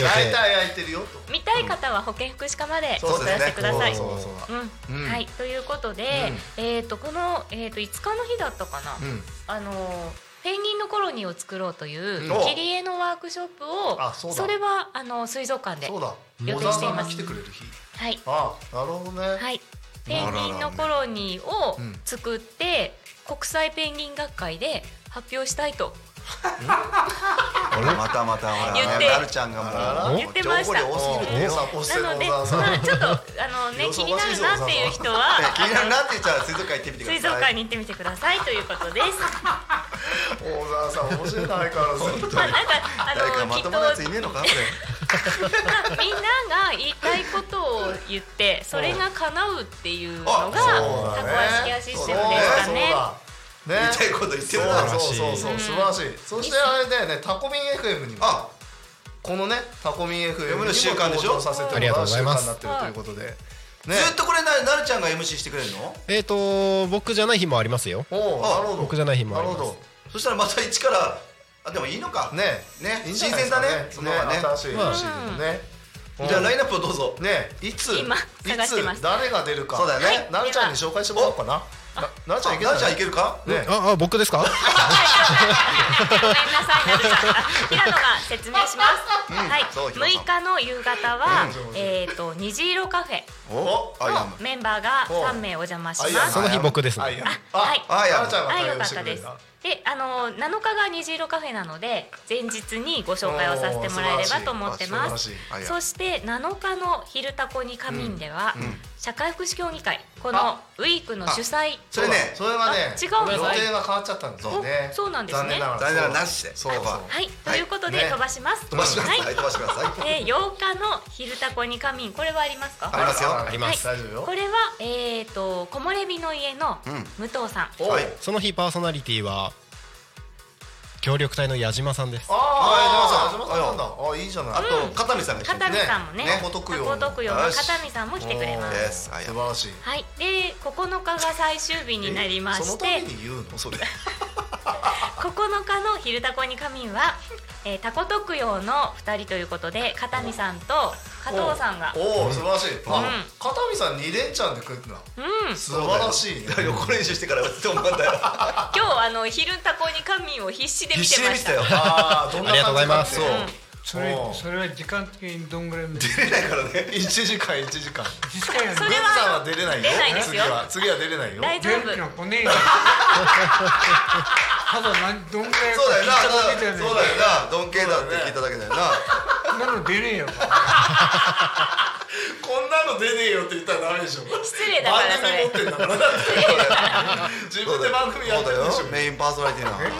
E: 大体空いてるよと
B: 見たい方は保健福祉課までお
F: そう
B: 問い
F: で
B: 合
F: すね
B: わせください。
E: そうだそうだ
B: うんはいということで、えっ、とこのえっ、と5日の日だったかな、
E: ん
B: あのペンギンのコロニーを作ろうという
E: お
B: 切り絵のワークショップを
E: あそうだ
B: れはあの水族館で
E: そうだ
B: 予定
E: 小
B: してい
E: 沢さ
B: ま
E: んが来
B: す
E: てくれる日
B: はい
E: あなるほどね
B: はい、ペンギンのコロニーを作って、国際ペンギン学会で発表したいと
F: ほらまたまたほら
B: 言って
F: まるちゃんがもう
B: 言ってました
F: 情報量多すぎる
E: おさおせ
B: なの
E: の
B: で、
E: 小沢さん
B: まあ、ちょっとあの ね
E: 様子
B: 気
E: お
B: に
E: か
B: な
E: しい
B: る
E: ぞ
B: なってい う人は
F: 気になるなって言ったら水族館行ってみてください
B: 水族館に行ってみてくださいということです。
E: 大沢さん面白いな相変わらず
B: まあなんか
F: 誰
B: あ
F: か
B: の
F: ま
B: きっ
F: と
B: と
F: もなやついねえのかこ
B: みんなが言いたいことを言 ってそれが叶うっていうのが
F: あ
B: タコ
E: そうだね
B: 足ケアシステムでし
E: だそう
B: たね。
E: だね
F: 言いたいこと言って
E: そう
F: る
E: だ
F: な
E: そうそうそう素晴らしいそしてあれだよねタコミン FM にも
F: あ
E: このねタコミン FM にも
F: の習慣でしょ
E: 登場させても
A: あり
E: ら
A: がとう
E: う
A: ござ
E: 習慣
A: い
E: に
A: ま
E: な
A: す
E: ってるということでね
F: ずっとこれななるちゃんが MC してくれるの
A: えっと僕じゃない日もありますよ
E: おおなるほど
A: 僕じゃない日もあります
E: なるほ
F: そしたらまた一からあでもいいのか
E: どね
F: ね
E: いいんじゃないで
F: 新鮮
E: すか
F: だねその方がね
E: 新しい MC でね
F: じゃあライン
E: ン
F: ナップをどうぞ
E: ねいつ
B: 今探してま
E: い
B: す
E: つ誰が出るか
F: そうだよねはい
E: なるちゃんに紹介してもらおうかなななるちゃんいけ
F: な
E: な
F: る
E: い
F: ちゃんいけるか
E: ね
A: ああ僕ですか
B: ごめんなさい、なるちゃん。あ平野が説明します。はい、
F: そう
B: 6
F: 平野
B: 日の夕方は、えっと、虹色カフェ
F: おアイア
B: の
F: ム
B: メンバーが3名お邪魔し
E: あい
B: ま
E: や
B: す。
A: その日僕ですね
E: あいや
B: あはい
E: あなるちゃんが
B: はい、
E: 対
B: よ
E: 応
B: かっ
E: して
B: た
E: くれる
B: です
E: んだ。
B: で、あの7日が虹色カフェなので、前日にご紹介をさせてもらえればと思ってま
E: お
B: す
E: ー素。
F: 晴らしい
B: そして7日の昼タコに仮眠では、社会福祉協議会この
F: あ
B: ウィークの主催
F: それね
E: それはね
B: あ違うんだ
E: 予定が変わっちゃったんですよね
B: おそうなんです
E: 残
B: ね
E: 念ながら
F: 残念ながらなしで
E: そうそう
F: は
B: はい、ということで
E: ね
B: 飛ばします。
F: 飛ばしてくだ
B: は
F: さい飛ばしてください
B: で8日の昼タコに仮眠これはありますか
F: ありますよ
E: あります
B: は
E: 大
B: い
E: 丈夫よ
B: これはえっ、と木漏れ日の家の武藤さん、
E: お
F: はい
A: その日パーソナリティは協力隊の矢島さんです
E: ああ、
F: はい
E: 矢
F: 矢
E: 島さ
F: 島さ
E: ん
F: ん
E: なんだ。あ、いいじゃない。
F: あと片見さんが来て
B: 片見さんもね
E: ね
B: タ
E: ね
B: コ特
E: タコ特
B: 養
F: 養
B: の
F: の
B: 片見さんも来てくれま。
F: ですすアイア
E: 素
F: ム
E: 晴らしい。
B: はい、で9日が最終日になりま
E: その
B: した
E: め
B: て、
E: に言うの、それ。
B: 9日の「昼タコに仮眠は」えータコ特養の2人ということで片見さんと加藤さんが
E: おお素晴らしい、あ片見さん二連チャンで来るんだ、素晴らしいね
F: だよこれ練習してから打って思 ったんだよ
B: 今日あの昼タコに神を必死で見
F: 必死
B: て
F: で
B: ま
F: 見
B: して
F: た
B: た
F: よ
E: ああどんな
A: ありがとうござい
E: 感
A: ま
E: じ
A: す
E: かって
G: それ
E: おう
G: それは時間的にどんぐらい見て
F: 出れないからね
E: 一時間一時間
G: 実際は
B: それ
E: グンさんは出れないよ
B: 出ないですよ
E: 次は次は出れないよ
B: 大丈
G: 元
B: 夫
G: 気な子ねえよ ただ何どんぐらいか
F: そうだよな
G: 聞いただけだ
F: そう
G: よ
F: だよなドン系だって聞いただけだよな
G: ねなの出ねえよ
E: こんなの出ねえよって言ったらダメでしょ
B: 失礼だからそ
E: 番組持ってんだからだって自分で番組やってるでし
F: そうだよメインパーソナリティな
B: れ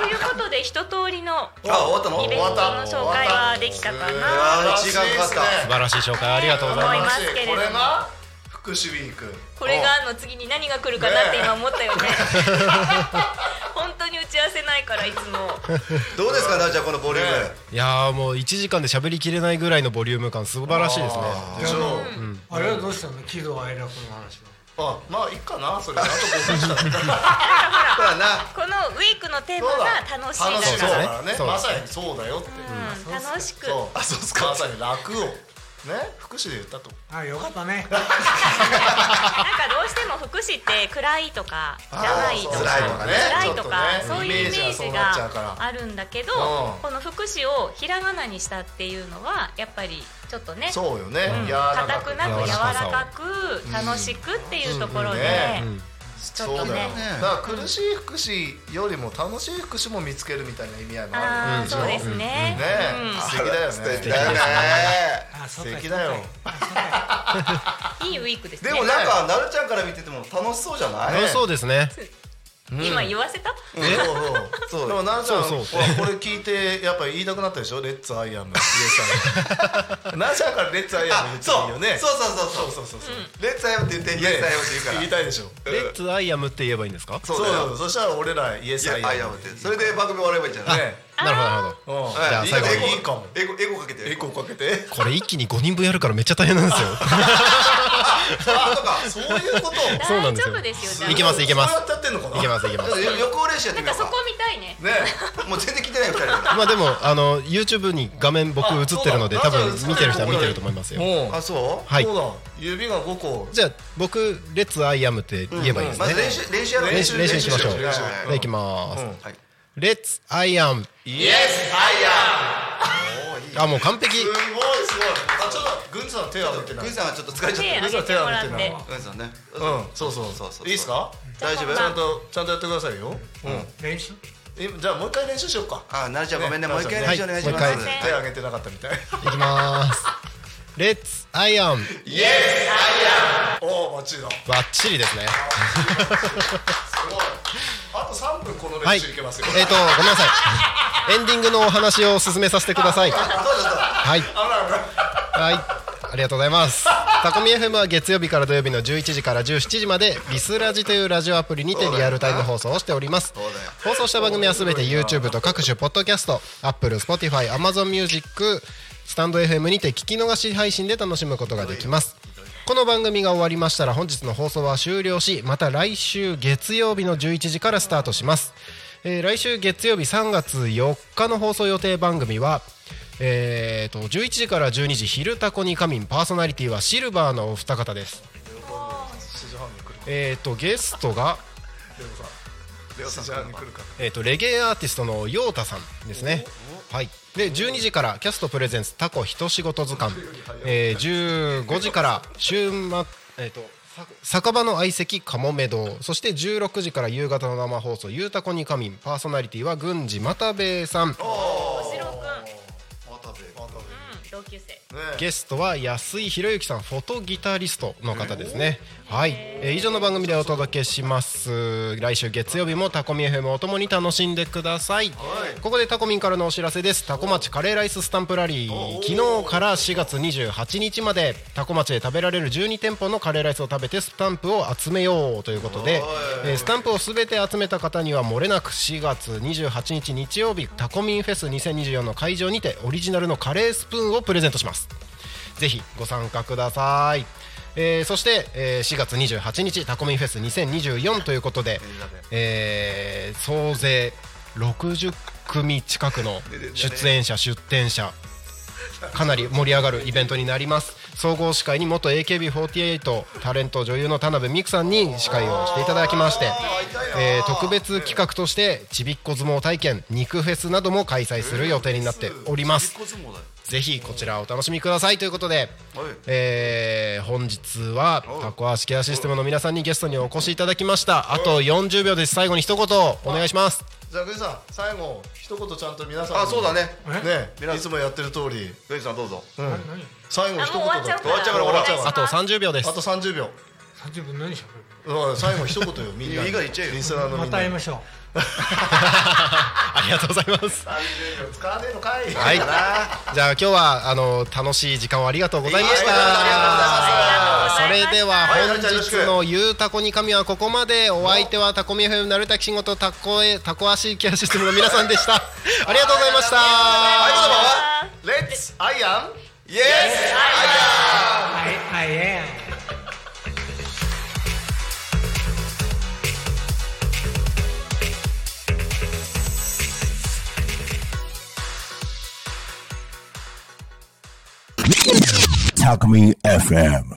B: ということで一通りの
F: あ終わったの
B: イベントの紹介はできたか
E: 終
B: な
E: わ
F: あー時間かか
A: 素晴らしい紹介ありがとうございます
B: 思
E: た
B: いますけれども
E: これが福祉ウィーク
B: これがあの次に何が来るかなって今思ったよね 本当に打ち合わせないからいつも
F: ったどうですかなじゃあこのボリューム
E: ね
A: いやーもう1時間で喋りきれないぐらいのボリューム感素晴らしいですね
E: でしょ
G: あれはどうしたの喜怒哀楽の話
E: あ
G: は
E: まあいいかなそれあと5分したら
F: ほらな
B: このウィークのテーマ
E: そう
B: が
E: だ
B: 楽しい
E: 楽しいそ
B: だ
E: う
B: か
E: だね
A: そう
E: まさにそうだよって
B: ら、うん、楽しく
E: そうあそうっすかまさに楽をね福祉で言ったと
G: あよかったね
B: なんかどうしても福祉って暗いとかじゃないと
E: あーそ
B: か
E: う
F: 辛いとかね
B: 辛いとか
E: ちょっとね
B: そういうイメージ
E: イメージがそうなっちゃう
B: が
E: から
B: あるんだけど
E: うん
B: この福祉をひらがなにしたっていうのはやっぱりちょっとね
E: そうよね柔ら
B: 硬くな
A: く
B: く柔
A: 柔ら
B: ら
A: か
B: かく楽しくっていうところで
E: うん
B: ちょっと
E: そうだ
B: ね
E: よだから苦しい福祉よりも楽しい福祉も見つけるみたいな意味合いもあ
B: あ
E: る
B: ー
E: でしょ
B: そうです
E: ね
B: ね
E: 素敵だよね
F: 素敵だよね
G: あそ
E: 素
G: うか
E: 敵だよ
B: うんいいウィークです
F: で
B: ね
F: もなんかなるちゃんから見てても楽しそうじゃない
A: 楽しそうですね
B: 今言わせた
E: そうそう
F: そう
E: でもなちゃん
A: そうそう
E: ほらこれ聞いてやっぱり言いたくなったでしょレッツアイアンのイエスアイアンなちゃんからレッツアイアンの
F: あ
E: 言ってい
F: そう
E: いよね
F: そうそうそうそう
E: そうそうそう
F: レッツアイアムって言ってイエスアイアムって言うから
E: 言いたいでしょ
A: レッツアイアムって言えばいいんですか
F: そ
E: そう
F: だよ
E: うそしたら俺らイエ
F: イ
E: スア
F: エス
E: イ
F: アイ
E: ア
F: ア
E: ン
F: ムってそれで番組終わればいいんじゃない
E: ね
A: なるほどなるほど
E: うん
F: はい
A: じゃあ最後に
E: いいかも
F: エゴエゴかけて
E: エコーかけて
A: これ一気に5人分やるからめっちゃ大変なんです よ
F: あと か
E: そういうことを
A: そうな
B: 大
A: んで
B: 丈
A: すよ
B: 夫ですよ
A: いけますいけます
E: そうやってやってんのかない
A: けますいけます
F: よ予行練習やって
B: なん
F: みよう
B: か
F: か
B: そこ見たいね
E: ね
F: もう全然聞いてないよ二人だか
A: まあでもあの YouTube に画面僕映ってるので
E: あ
A: 多
E: そうだ
A: 分見てる人は見てると思いますよ
E: もう
F: らあそ
A: はい
E: そうだ指が5個
A: じゃあ僕レッツアイアムって言えばいいで
F: う
A: す
F: ま
A: ね
F: ず練習練習やろう
A: 練習練習しましょう
E: 練習
A: でいきます
E: うん
F: はい
A: レッツアイアム
E: イエスアイアン
A: あもう完璧
E: すごいすごいあちょっと軍さん手を挙げてない
F: グンさんはちょっと疲れちゃっ
B: 手
F: て
B: 挙げてもらって
F: グンさんねう
E: うんそうそう
F: そうそう
E: いいですか
F: 大丈夫
E: ちゃんとちゃんとやってくださいようん
G: 練習
E: えじゃあもう一回練習しようか
F: あなるちゃんごめんね
E: ね
F: もう一回練習お願いします
A: はい
F: は
A: もう一
E: 手挙げてなかったみたい
A: いきますレッツアイアン
E: イエスアイアンおお待ちだす
A: バッチリですね
E: ごいあと3分この
A: は
E: 練
A: い
E: 習いけますよ
A: えっとごめんなさいエンディングのお話を進めさせてください
F: そうだそうだ
A: はい
E: あらあら
A: はい、ありがとうございます。タコミ FM は月曜日から土曜日の11時から17時までリスラジというラジオアプリにてリアルタイム放送をしております
F: そうだよ。
A: 放送した番組はすべて YouTube と各種ポッドキャスト、Apple、Spotify、Amazon Music、スタンド FM にて聞き逃し配信で楽しむことができます。この番組が終わりましたら本日の放送は終了し、また来週月曜日の11時からスタートします。えー来週月曜日3月4日の放送予定番組はえー、と11時から12時「昼タコに仮眠」パーソナリティはシルバーのお二方ですえー、とゲストが、
E: レオさんじゃあ来るか
A: えー、とレゲエアーティストのヨータさんですねはいで12時からキャストプレゼンツタコひと仕事図鑑、えー、15時から週末えっ、とさ酒場の相席かもめ堂そして16時から夕方の生放送「ゆうたこに仮眠」パーソナリティは郡司又兵衛さん
B: 小次郎くん
E: 渡部
B: うん同級生
A: ゲストは安井博之さんフォトギタリストの方ですね、はい、えー以上の番組でお届けします来週月曜日もタコミ FM をともに楽しんでください、ここでタコミンからのお知らせですタコ町カレーライススタンプラリー昨日から4月28日までタコ町で食べられる12店舗のカレーライスを食べてスタンプを集めようということで、えースタンプを全て集めた方にはもれなく4月28日日曜日タコミンフェス2024の会場にてオリジナルのカレースプーンをプレゼントしますぜひご参加ください、えーそして、えー4月28日タコミンフェス2024ということで、えー総勢60組近くの出演者出展者かなり盛り上がるイベントになります総合司会に元 AKB48 タレント女優の田辺美久さんに司会をしていただきまして、えー特別企画としてちびっこ相撲体験肉フェスなども開催する予定になっております
F: ちびっこ相撲だよ
A: ぜひこちらお楽しみくださいということで、
F: はい
A: えー本日はタコ足ケアシステムの皆さんにゲストにお越しいただきましたあと40秒です最後に一言お願いします
E: じゃあグリさん最後一言ちゃんと皆さんに
F: あそうだね
E: ねいつもやってる通り
F: グリさんどうぞ
E: 最後一言
B: あもう終わっちゃうから
E: だて終わっちゃう
B: 終わ
E: か
B: っ
E: ら
A: あと30秒で
E: あ
A: す
E: と30秒
G: 30分何しゃべる
E: うん最後一言よみんなに
F: いいから言っちゃえよ
E: リスナーの
G: ま
E: みん
G: た
E: な
G: 会い
E: に
G: ましょう
A: ありがとうございます
E: 30秒使わねえのかい
A: はいじゃあ今日はあの楽しい時間をありがとうございました
F: いやいやあ
A: それでは
F: はい
A: 本日の「ゆうたこに神」はここまでお相手はタコミ FM なるたきしごとタコえタコ足ケアシステムの皆さんでしたありがとうございました
E: レッツアイアン
F: イエス
G: はいはいええ
D: Talk Me FM.